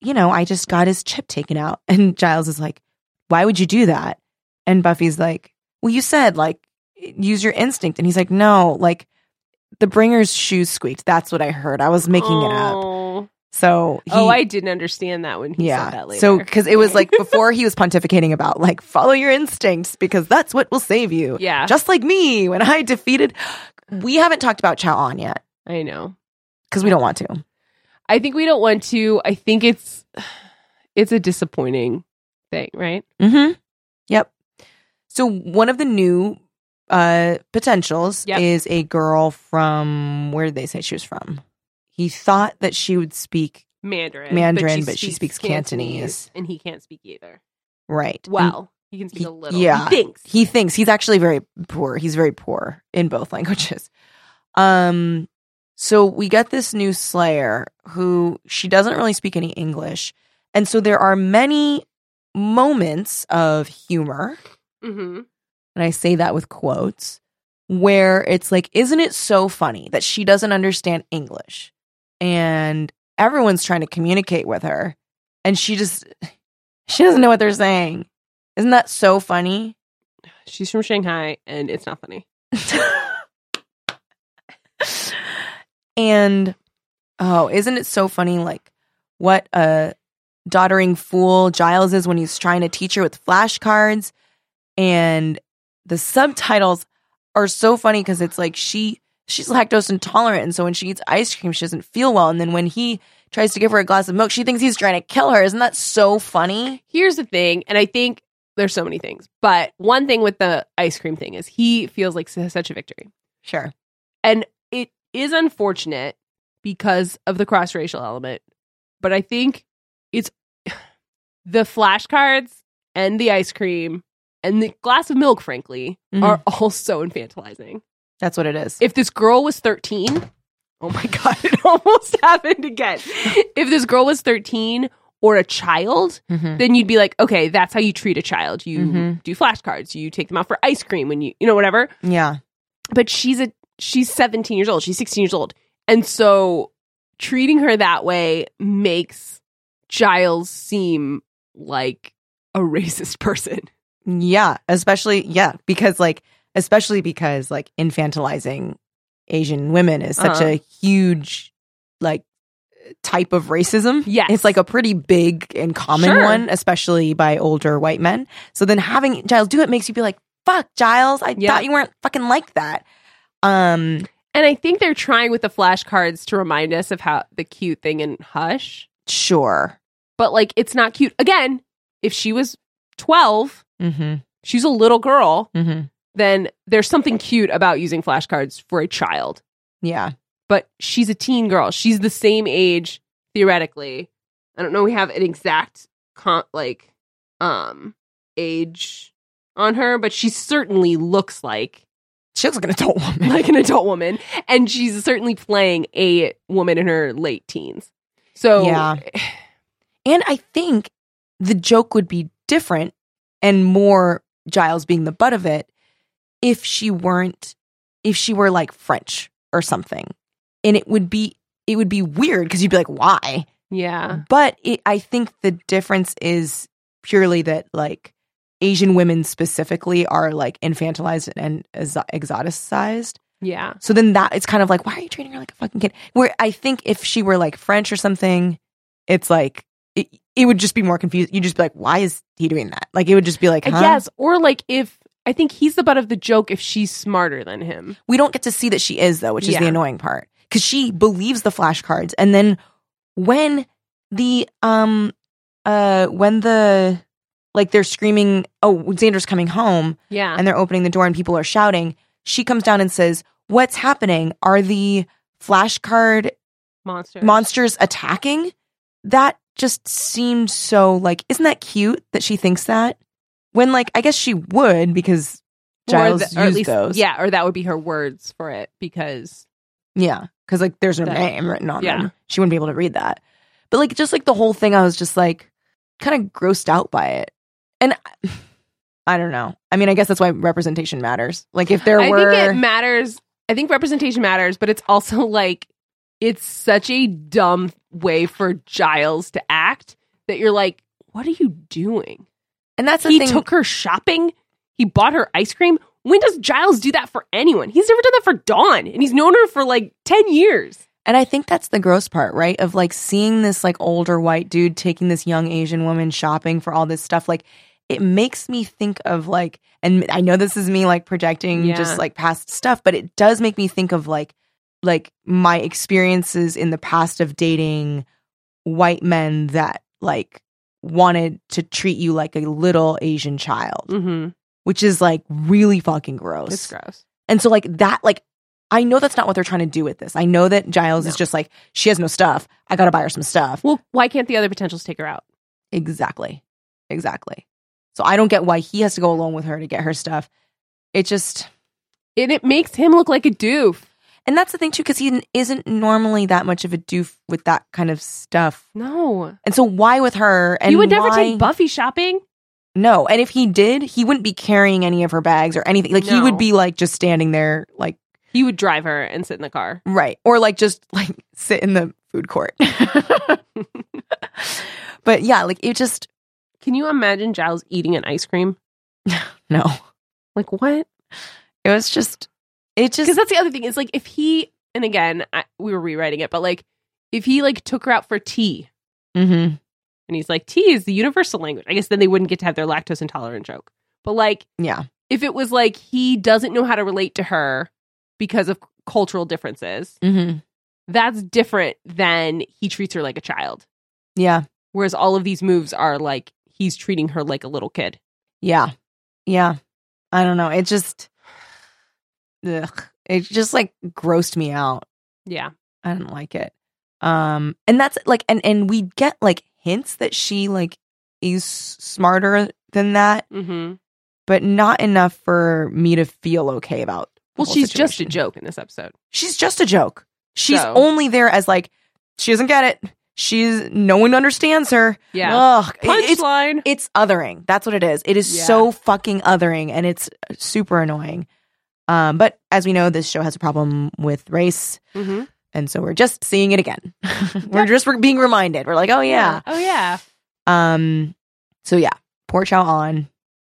A: you know, I just got his chip taken out and Giles is like, "Why would you do that?" And Buffy's like, "Well, you said like use your instinct." And he's like, "No, like the bringer's shoes squeaked. That's what I heard. I was making it up."
B: Oh.
A: So he,
B: oh, I didn't understand that when he said that later.
A: So because it was like before he was pontificating about like follow your instincts because that's what will save you.
B: yeah,
A: Just like me when I defeated. We haven't talked about Chao An yet
B: I know.
A: because we don't want to.
B: I think we don't want to. I think it's it's a disappointing thing, right?
A: Mm-hmm. Yep. So one of the new uh potentials
B: Yep.
A: is a girl from where did they say she was from? He thought that she would speak
B: Mandarin,
A: Mandarin, but she speaks Cantonese.
B: and he can't speak either.
A: right. And
B: Well, he can speak
A: he-
B: a little.
A: yeah.
B: he thinks.
A: he thinks he's actually very poor. He's very poor in both languages. Um, so we get this new Slayer who she doesn't really speak any English, and so there are many moments of humor,
B: Mhm.
A: and I say that with quotes, where it's like, isn't it so funny that she doesn't understand English, and everyone's trying to communicate with her, and she just she doesn't know what they're saying. Isn't that so funny?
B: She's from Shanghai, and it's not funny.
A: and oh, isn't it so funny? Like what a doddering fool Giles is when he's trying to teach her with flashcards, and the subtitles are so funny because it's like she she's lactose intolerant, and so when she eats ice cream, she doesn't feel well, and then when he tries to give her a glass of milk, she thinks he's trying to kill her. Isn't that so funny?
B: Here's the thing, and I think there's so many things. But one thing with the ice cream thing is he feels like s- such a victory.
A: Sure.
B: It is unfortunate because of the cross racial element, but I think it's the flashcards and the ice cream and the glass of milk, frankly,
A: Mhm.
B: are all so infantilizing.
A: That's what it is.
B: If this girl was 13, oh my God, it almost happened again. If this girl was 13 or a child,
A: Mhm.
B: then you'd be like, okay, that's how you treat a child. You
A: Mhm.
B: do flashcards. You take them out for ice cream when you, you know, whatever.
A: Yeah.
B: But she's a she's 17 years old. She's 16 years old, and so treating her that way makes Giles seem like a racist person.
A: Yeah. Especially, yeah. Because, like, especially because, like, infantilizing Asian women is such
B: Uh-huh.
A: a huge, like, type of racism.
B: Yes.
A: It's like a pretty big and common
B: Sure.
A: one, especially by older white men. So then having Giles do it makes you be like, fuck, Giles, I
B: Yeah.
A: thought you weren't fucking like that. Um,
B: And I think they're trying with the flashcards to remind us of how the cute thing in Hush,
A: sure.
B: but like it's not cute. Again, if she was 12,
A: Mm-hmm.
B: she's a little girl.
A: Mm-hmm.
B: then there's something cute about using flashcards for a child.
A: Yeah.
B: But she's a teen girl. She's the same age theoretically. I don't know. We have an exact con- like um age on her, but she certainly looks like
A: She looks like an adult woman.
B: like an adult woman, and she's certainly playing a woman in her late teens. So
A: Yeah. And I think the joke would be different and more Giles being the butt of it if she weren't if she were like French or something. And it would be it would be weird because you'd be like, why?
B: yeah,
A: But it, I think the difference is purely that like Asian women specifically are like infantilized and exo- exoticized.
B: yeah,
A: So then that it's kind of like, why are you treating her like a fucking kid? Where I think if she were like French or something, it's like it, it would just be more confused. You'd just be like, why is he doing that? Like it would just be like,
B: I
A: huh?
B: guess. Or like if I think he's the butt of the joke if she's smarter than him.
A: We don't get to see that she is though, which is the
B: Yeah.
A: annoying part because she believes the flashcards, and then when the um uh when the like they're screaming, oh Xander's coming home,
B: Yeah,
A: and they're opening the door and people are shouting. She comes down and says, "What's happening? Are the flashcard
B: monster.
A: monsters attacking that just seemed so like isn't that cute that she thinks that when like i guess she would because giles
B: the-
A: used those
B: Yeah, or that would be her words for it because
A: yeah because like there's her
B: That-
A: name written on
B: yeah.
A: them she wouldn't be able to read that but like just like the whole thing i was just like kind of grossed out by it and I- i don't know i mean i guess that's why representation matters like if there
B: I
A: were
B: think it matters. I think representation matters, but it's also like it's such a dumb way for Giles to act that you're like, what are you doing?
A: and that's the
B: he
A: thing
B: took her shopping. He bought her ice cream. When does Giles do that for anyone? He's never done that for Dawn, and he's known her for like ten years.
A: And I think that's the gross part, right? Of like seeing this like older white dude taking this young Asian woman shopping for all this stuff. Like it makes me think of like, and I know this is me like projecting
B: Yeah.
A: just like past stuff, but it does make me think of like, like my experiences in the past of dating white men that like wanted to treat you like a little Asian child,
B: Mm-hmm.
A: which is like really fucking gross.
B: It's gross.
A: And so like that, like I know that's not what they're trying to do with this. I know that Giles is
B: No.
A: just like, she has no stuff. I gotta buy her some stuff.
B: Well, why can't the other potentials take her out?
A: Exactly. Exactly. So I don't get why he has to go along with her to get her stuff. It just
B: And it makes him look like a doof.
A: and that's the thing too, because he n- isn't normally that much of a doof with that kind of stuff.
B: No,
A: And so why with her and
B: you would never
A: why-
B: take Buffy shopping.
A: No. And if he did, he wouldn't be carrying any of her bags or anything. Like he
B: No.
A: would be like just standing there like
B: He would drive her and sit in the car.
A: Right. Or like just like sit in the food court. but yeah, like it just
B: Can you imagine Giles eating an ice cream?
A: no.
B: Like what?
A: It was just it
B: Because
A: just
B: that's the other thing. Is like if he and again I, we were rewriting it, but like if he like took her out for tea
A: mm-hmm.
B: and he's like tea is the universal language. I guess then they wouldn't get to have their lactose intolerant joke. But like
A: Yeah.
B: if it was like he doesn't know how to relate to her because of cultural differences,
A: Mm-hmm.
B: that's different than he treats her like a child.
A: Yeah.
B: Whereas all of these moves are like he's treating her like a little kid.
A: Yeah. Yeah. I don't know. It just ugh. It just like grossed me out.
B: Yeah.
A: I didn't like it. Um and that's like and and we get like hints that she like is smarter than that,
B: Mm-hmm.
A: but not enough for me to feel okay about. the
B: Well,
A: whole
B: she's just a
A: situation.
B: joke in this episode.
A: She's just a joke. She's
B: So-
A: only there as like she doesn't get it. She's no one understands her.
B: Yeah.
A: Ugh. It- it's
B: Punchline.
A: it's othering. That's what it is. It is
B: Yeah.
A: so fucking othering and it's uh, super annoying. Um, but as we know, this show has a problem with race.
B: Mm-hmm.
A: And so we're just seeing it again. we're just re- being reminded. We're like, oh, yeah.
B: Oh yeah.
A: Um, so, yeah, poor Chow on.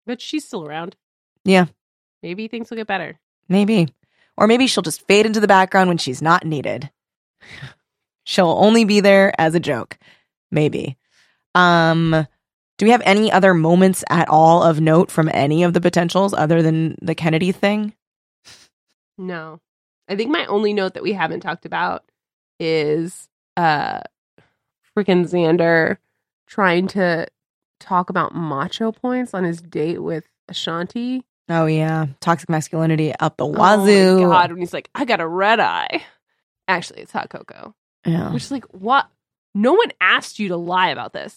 B: But she's still around.
A: Yeah.
B: Maybe things will get better.
A: Maybe. Or maybe she'll just fade into the background when she's not needed. she'll only be there as a joke. Maybe. Um do we have any other moments at all of note from any of the potentials other than the Kennedy thing?
B: No. I think my only note that we haven't talked about is uh freaking Xander trying to talk about macho points on his date with Ashanti.
A: Oh yeah, toxic masculinity up the
B: Oh my
A: wazoo.
B: God, when he's like, I got a red eye. Actually, it's hot cocoa.
A: Yeah.
B: Which is like, what? No one asked you to lie about this.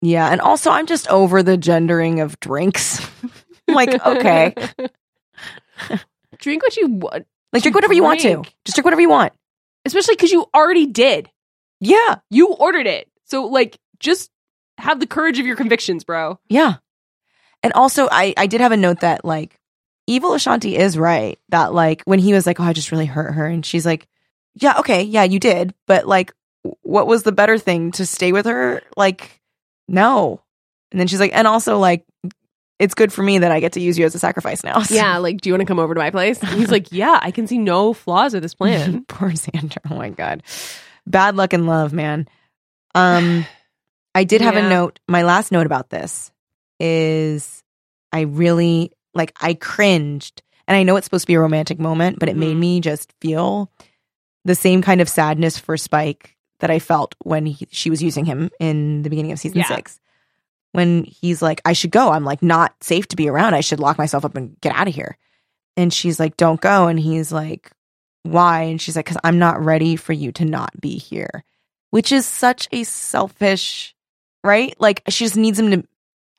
A: yeah, and also I'm just over the gendering of drinks. I'm like, okay.
B: Drink what you want,
A: Like drink whatever you want to.
B: Drink.
A: Just drink whatever you want.
B: especially because you already did.
A: Yeah.
B: You ordered it. So, like, just have the courage of your convictions, bro.
A: Yeah. And also I I did have a note that like evil Ashanti is right that like when he was like oh I just really hurt her and she's like yeah okay yeah you did but like w- what was the better thing to stay with her like no and then she's like and also like it's good for me that I get to use you as a sacrifice now So-
B: Yeah, like, do you want to come over to my place? And he's like, yeah, I can see no flaws with this plan.
A: Poor Xander. Oh my god. Bad luck in love, man. Um I did have
B: Yeah.
A: a note. My last note about this is I really like I cringed. And I know it's supposed to be a romantic moment, but it made
B: Mhm.
A: me just feel the same kind of sadness for Spike that I felt when he, she was using him in the beginning of season
B: Yeah.
A: 6. When he's like, "I should go. I'm like not safe to be around. I should lock myself up and get out of here." And she's like, "Don't go." And he's like, why and she's like because i'm not ready for you to not be here which is such a selfish right like she just needs him to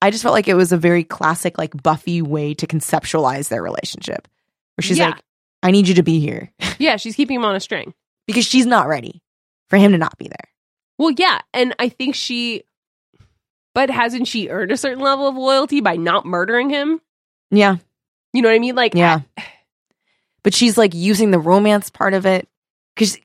A: i just felt like it was a very classic like buffy way to conceptualize their relationship where she's
B: Yeah.
A: like i need you to be here
B: yeah, she's keeping him on a string.
A: because she's not ready for him to not be there
B: Well, yeah, and I think she, but hasn't she earned a certain level of loyalty by not murdering him?
A: yeah
B: You know what I mean? Like,
A: yeah but she's like using the romance part of it because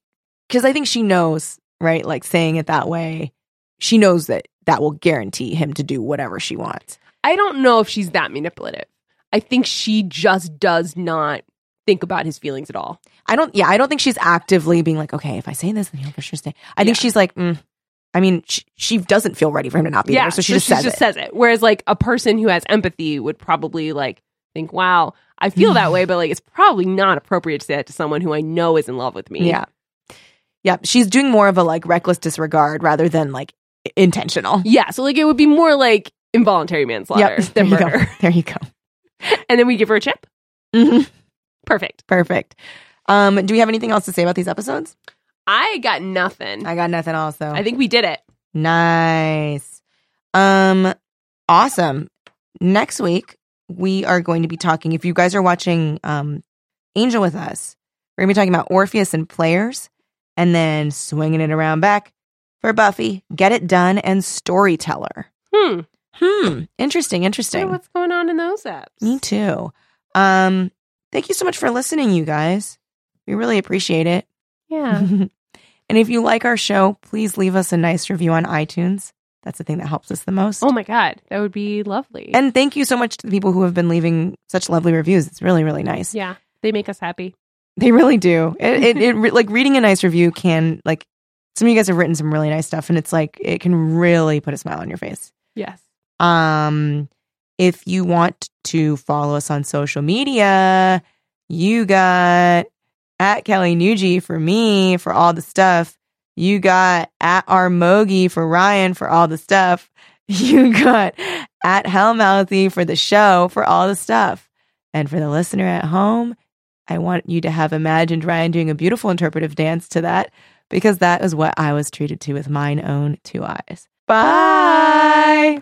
A: because i think she knows right like saying it that way she knows that that will guarantee him to do whatever she wants
B: I don't know if she's that manipulative. I think she just does not think about his feelings at all.
A: I don't. Yeah, I don't think she's actively being like, okay, if I say this, then he'll for sure stay. I think
B: Yeah.
A: she's like, mm, I mean, she, she doesn't feel ready for him to not be there, so she just says it.
B: Whereas, like a person who has empathy would probably like think, "Wow, I feel that way," but like it's probably not appropriate to say that to someone who I know is in love with me.
A: yeah, yeah. She's doing more of a like reckless disregard rather than like i- intentional.
B: yeah. So like it would be more like involuntary manslaughter
A: Yep.
B: than
A: There you go.
B: murder.
A: There you go.
B: and then we give her a chip.
A: Mhm.
B: Perfect.
A: Perfect. Um, do we have anything else to say about these episodes?
B: I got nothing.
A: I got nothing. Also,
B: I think we did it.
A: Nice. Um awesome. Next week we are going to be talking if you guys are watching um Angel with us. We're going to be talking about Orpheus and players and then swinging it around back for Buffy, Get It Done and Storyteller.
B: Hmm.
A: Hmm, interesting,
B: Wonder
A: interesting.
B: what's going on in those apps?
A: Me too. Um thank you so much for listening you guys. We really appreciate it.
B: Yeah.
A: and if you like our show, please leave us a nice review on iTunes. That's the thing that helps us the most.
B: oh my god, that would be lovely.
A: And thank you so much to the people who have been leaving such lovely reviews. It's really, really nice.
B: yeah, they make us happy.
A: They really do. It, it, it re- like reading a nice review can like some of you guys have written some really nice stuff, and it's like it can really put a smile on your face.
B: Yes.
A: Um, if you want to follow us on social media, you got at Kelly Nugi for me for all the stuff. You got at Armogi for Ryan for all the stuff. you got at Hellmouthy for the show, for all the stuff. And for the listener at home, I want you to have imagined Ryan doing a beautiful interpretive dance to that because that is what I was treated to with mine own two eyes. Bye.